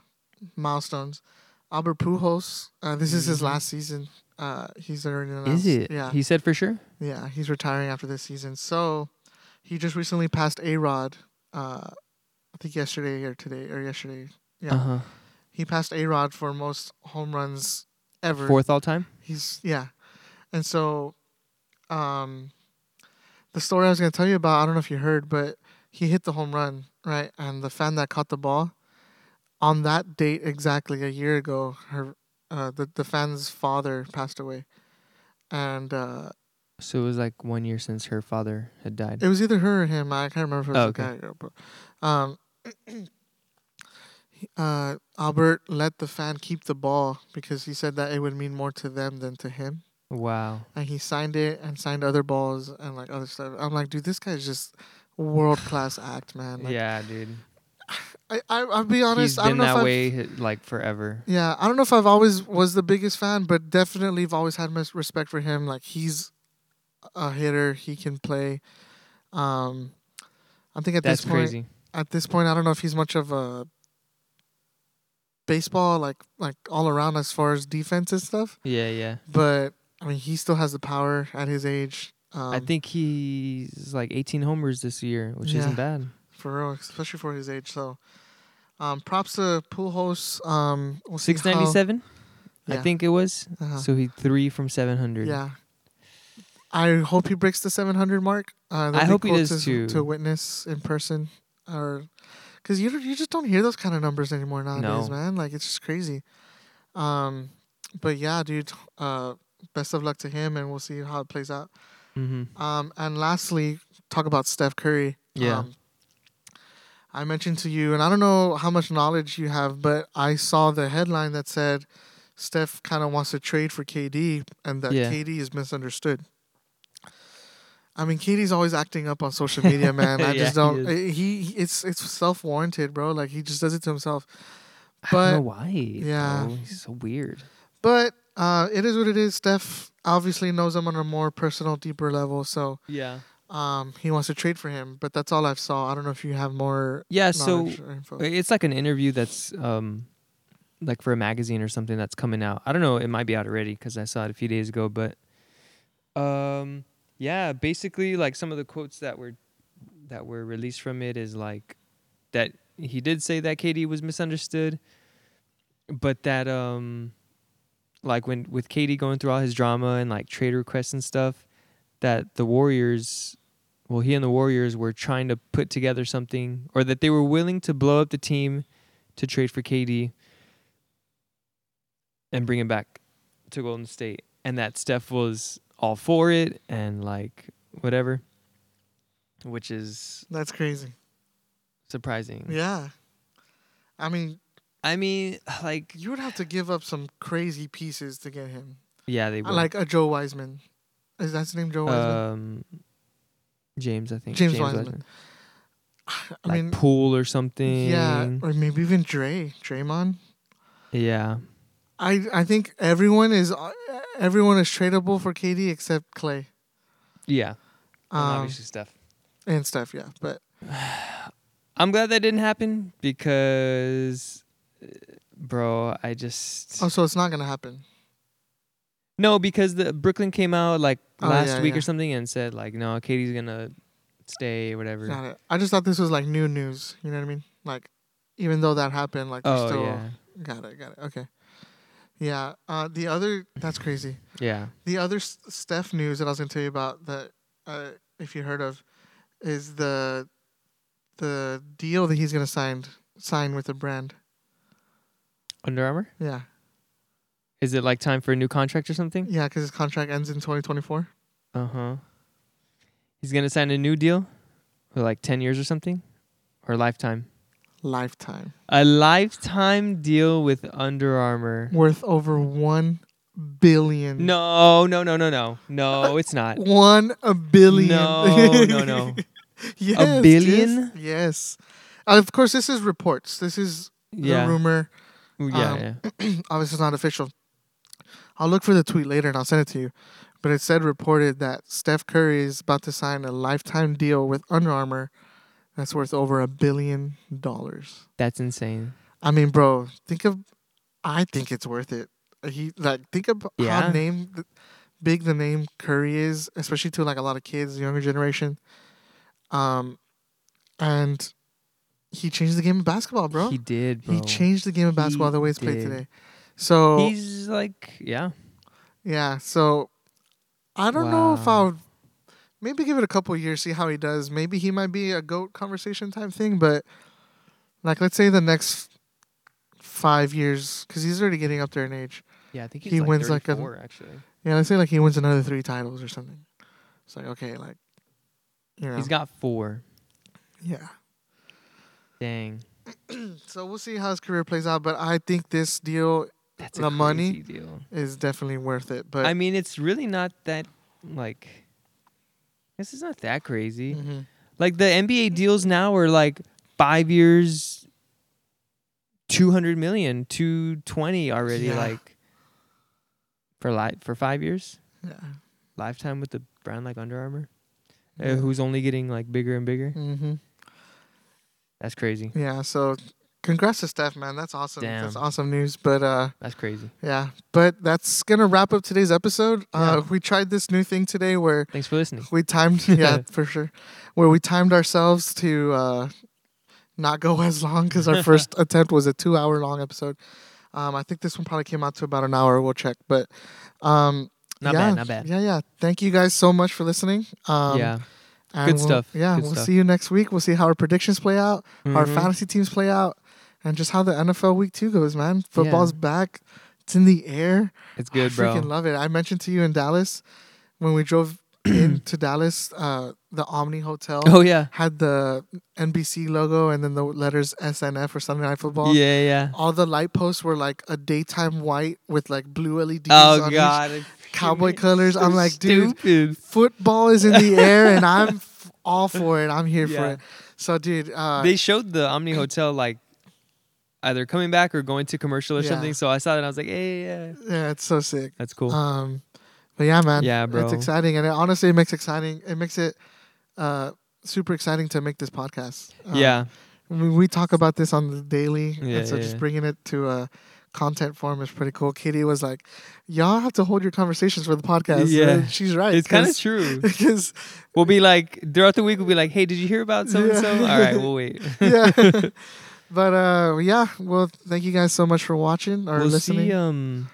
B: milestones, Albert Pujols. Uh, this is his
A: Mhm.
B: last season. Uh, he's already
A: Is
B: announced.
A: it?
B: Yeah.
A: He said for sure.
B: yeah. He's retiring after this season. So, he just recently passed A Rod. Uh, I think yesterday or today or yesterday. Yeah.
A: Uh huh.
B: He passed A Rod for most home runs ever.
A: Fourth all time.
B: He's yeah, and so, um, the story I was gonna tell you about I don't know if you heard, but he hit the home run right, and the fan that caught the ball, on that date exactly a year ago, her, uh, the the fan's father passed away, and uh,
A: So it was like one year since her father had died.
B: it was either her or him. I can't remember if it was
A: Oh,
B: a
A: okay.
B: guy or girl, but um, he- uh, Albert let the fan keep the ball because he said that it would mean more to them than to him.
A: Wow.
B: and he signed it and signed other balls and like other stuff. I'm like, dude, this guy's just world class act, man. Like,
A: yeah, dude.
B: I, I I'll be honest.
A: he's
B: I don't
A: been
B: know if
A: that
B: I've-
A: way hi- like forever.
B: Yeah, I don't know if I've always was the biggest fan, but definitely I've always had mis- respect for him. Like he's a hitter, he can play. Um, I think at
A: That's
B: this point,
A: crazy.
B: at this point, I don't know if he's much of a baseball like like all around as far as defense and stuff,
A: Yeah, yeah.
B: but I mean he still has the power at his age. Um,
A: I think he's like 18 homers this year, which
B: Yeah.
A: isn't bad.
B: For real, especially for his age. So, um, props to Pujols. Um, we'll see how-
A: 697, I
B: Yeah.
A: think it was.
B: Uh-huh.
A: So he three from 700.
B: yeah. I hope he breaks the 700 mark. Uh, that'd
A: I
B: be
A: hope he
B: cool
A: does
B: to,
A: too.
B: To witness in person, or because you you just don't hear those kind of numbers anymore nowadays,
A: No.
B: man. Like it's just crazy. Um, but yeah, dude. Uh, best of luck to him, and we'll see how it plays out.
A: Mm-hmm.
B: Um, and lastly, talk about Steph Curry.
A: Yeah.
B: Um, I mentioned to you, and I don't know how much knowledge you have, but I saw the headline that said Steph kind of wants to trade for KD and that
A: Yeah.
B: KD is misunderstood. I mean, KD's always acting up on social media, man. I
A: Yeah, he
B: just don't.
A: is.
B: He, he it's it's self warranted, bro. Like he just does it to himself.
A: I don't know
B: But
A: why.
B: yeah.
A: bro. he's so weird.
B: but uh, it is what it is. Steph obviously knows him on a more personal, deeper level, so
A: Yeah.
B: um, he wants to trade for him. But that's all I've saw. I don't know if you have more.
A: Yeah. Uh, So
B: knowledge or info.
A: it's like an interview that's um, like for a magazine or something that's coming out. I don't know. It might be out already because I saw it a few days ago. But um, yeah, basically, like some of the quotes that were that were released from it is like that he did say that KD was misunderstood, but that um, like when with KD going through all his drama and like trade requests and stuff, that the Warriors well, he and the Warriors were trying to put together something, or that they were willing to blow up the team to trade for KD and bring him back to Golden State, and that Steph was all for it and like whatever, which is
B: that's crazy.
A: surprising.
B: Yeah, I mean,
A: I mean, like,
B: you would have to give up some crazy pieces to get him.
A: yeah, they were.
B: Like a Joe Wiseman. Is that his name, Joe
A: um,
B: Wiseman?
A: James, I think
B: James Wiseman. I
A: like
B: mean,
A: Poole or something.
B: yeah, or maybe even Dre, Draymond.
A: yeah,
B: I I think everyone is uh, everyone is tradable for KD except Clay
A: yeah. And
B: um,
A: obviously, Steph.
B: and Steph. Yeah, but
A: I'm glad that didn't happen because, uh, bro, I just
B: oh, so it's not gonna happen.
A: no because the Brooklyn came out like
B: Oh,
A: last
B: yeah,
A: week
B: yeah.
A: or something and said like no, Katie's gonna stay or whatever.
B: Got it. I just thought this was like new news. You know what I mean? Like, even though that happened, like they're
A: oh
B: still
A: yeah,
B: got it, got it. Okay. Yeah. Uh, the other that's crazy.
A: yeah.
B: The other S- Steph news that I was going to tell you about that uh, if you heard of is the the deal that he's going to sign sign with the brand.
A: Under Armour.
B: Yeah.
A: Is it like time for a new contract or something?
B: Yeah, cuz his contract ends in 2024.
A: Uh huh. He's gonna sign a new deal for like ten years or something, or lifetime.
B: Lifetime.
A: A lifetime deal with Under Armour.
B: Worth over 1 billion.
A: No, no, no, no, no, no. It's not.
B: 1 a billion.
A: No, no, no.
B: yes, yes,
A: billion?
B: Yes. Uh, of course this is reports. This is the
A: Yeah,
B: rumor.
A: yeah,
B: Um,
A: yeah.
B: obviously it's not official. I'll look for the tweet later and I'll send it to you. But it said reported that Steph Curry is about to sign a lifetime deal with Under Armour that's worth over a billion dollars.
A: That's insane.
B: I mean, bro, think of I think it's worth it. He like think of
A: Yeah.
B: how name th- big the name Curry is, especially to like a lot of kids, the younger generation. Um and he changed the game of basketball, bro.
A: He
B: He,
A: did, bro.
B: changed the game of
A: He
B: basketball the way it's played
A: did.
B: today. So
A: He's like, yeah,
B: Yeah, so I don't know if
A: Wow.
B: I'll maybe give it a couple years, see how he does. Maybe he might be a goat conversation type thing, but like let's say the next five years, because he's already getting up there in age.
A: yeah. I think
B: He wins, like, a-
A: actually.
B: Yeah, let's say like he wins another three titles or something. It's like okay, like you know,
A: He's got four.
B: yeah.
A: Dang,
B: So we'll see how his career plays out, but I think this deal
A: that's
B: The
A: a
B: money?
A: crazy deal.
B: is definitely worth it. But
A: I mean, it's really not that like. This is not that crazy.
B: Mhm.
A: Like the NBA deals now are like five years, two hundred million, two twenty already.
B: Yeah.
A: Like for life for five years,
B: yeah,
A: lifetime with the brand like Under Armour, uh,
B: Yeah.
A: who's only getting like bigger and bigger.
B: hmm
A: That's crazy.
B: yeah. So congrats to Steph, man. That's awesome.
A: Damn.
B: That's awesome news. But uh.
A: That's crazy.
B: Yeah, but that's gonna wrap up today's episode. Uh,
A: Yeah.
B: we tried this new thing today where
A: Thanks for listening.
B: we timed, yeah, for sure, where we timed ourselves to uh, not go as long because our first attempt was a two-hour-long episode. Um, I think this one probably came out to about an hour. We'll check, but um,
A: Not
B: yeah,
A: bad, not bad.
B: Yeah, yeah. Thank you guys so much for listening. Um,
A: yeah.
B: and
A: Good
B: we'll-
A: stuff.
B: Yeah,
A: Good
B: we'll
A: stuff.
B: see you next week. We'll see how our predictions play out, our
A: Mhm.
B: fantasy teams play out, and just how the NFL Week Two goes, man. Football's back. It's in the air.
A: It's good,
B: I
A: bro.
B: freaking love it. I mentioned to you in Dallas when we drove into Dallas, uh, the Omni Hotel
A: Oh yeah.
B: had the NBC logo and then the letters SNF for Sunday Night Football.
A: Yeah, yeah.
B: All the light posts were like a daytime white with like blue LEDs
A: Oh
B: on each
A: god. it-
B: cowboy colors.
A: so
B: I'm like, dude,
A: stupid.
B: football is in the air, and I'm f- all for it. I'm here
A: Yeah.
B: for it. So, dude, uh,
A: They showed the Omni Hotel like either coming back or going to commercial or
B: Yeah.
A: something. So I saw that and I was like, hey, yeah,
B: yeah, it's so sick.
A: that's cool.
B: Um, but yeah, man,
A: Yeah, bro.
B: it's exciting, and it, honestly, it makes exciting. It makes it uh, super exciting to make this podcast. Uh,
A: yeah,
B: we, we talk about this on the daily,
A: Yeah,
B: and so
A: yeah,
B: just
A: yeah.
B: bringing it to a content form is pretty cool. Katie was like, "Y'all have to hold your conversations for the podcast."
A: Yeah.
B: And she's right.
A: it's kind of
B: 'cause-
A: true.
B: Because
A: We'll be like throughout the week. We'll be like, hey, did you hear about so and so?
B: Yeah.
A: All right, we'll wait.
B: yeah. but uh yeah, well thank you guys so much for watching or
A: we'll
B: listening.
A: see. Um,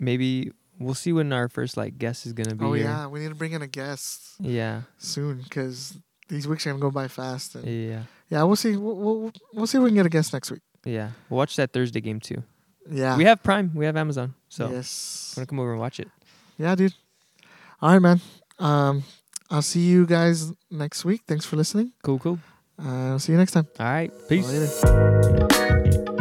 A: maybe we'll see when our first like guest is gonna be.
B: oh
A: here.
B: yeah, we need to bring in a guest
A: yeah,
B: soon cuz these weeks are going to go by fast and
A: yeah,
B: yeah, we'll see we'll, we'll we'll see if we can get a guest next week.
A: yeah. Watch that Thursday game too.
B: Yeah.
A: We have Prime. We have Amazon. So
B: Yes.
A: I'm gonna come over and watch it.
B: Yeah, dude. All right, man. Um I'll see you guys next week. Thanks for listening.
A: Cool, cool.
B: Uh, I'll see you next time.
A: All right, peace.
B: Later.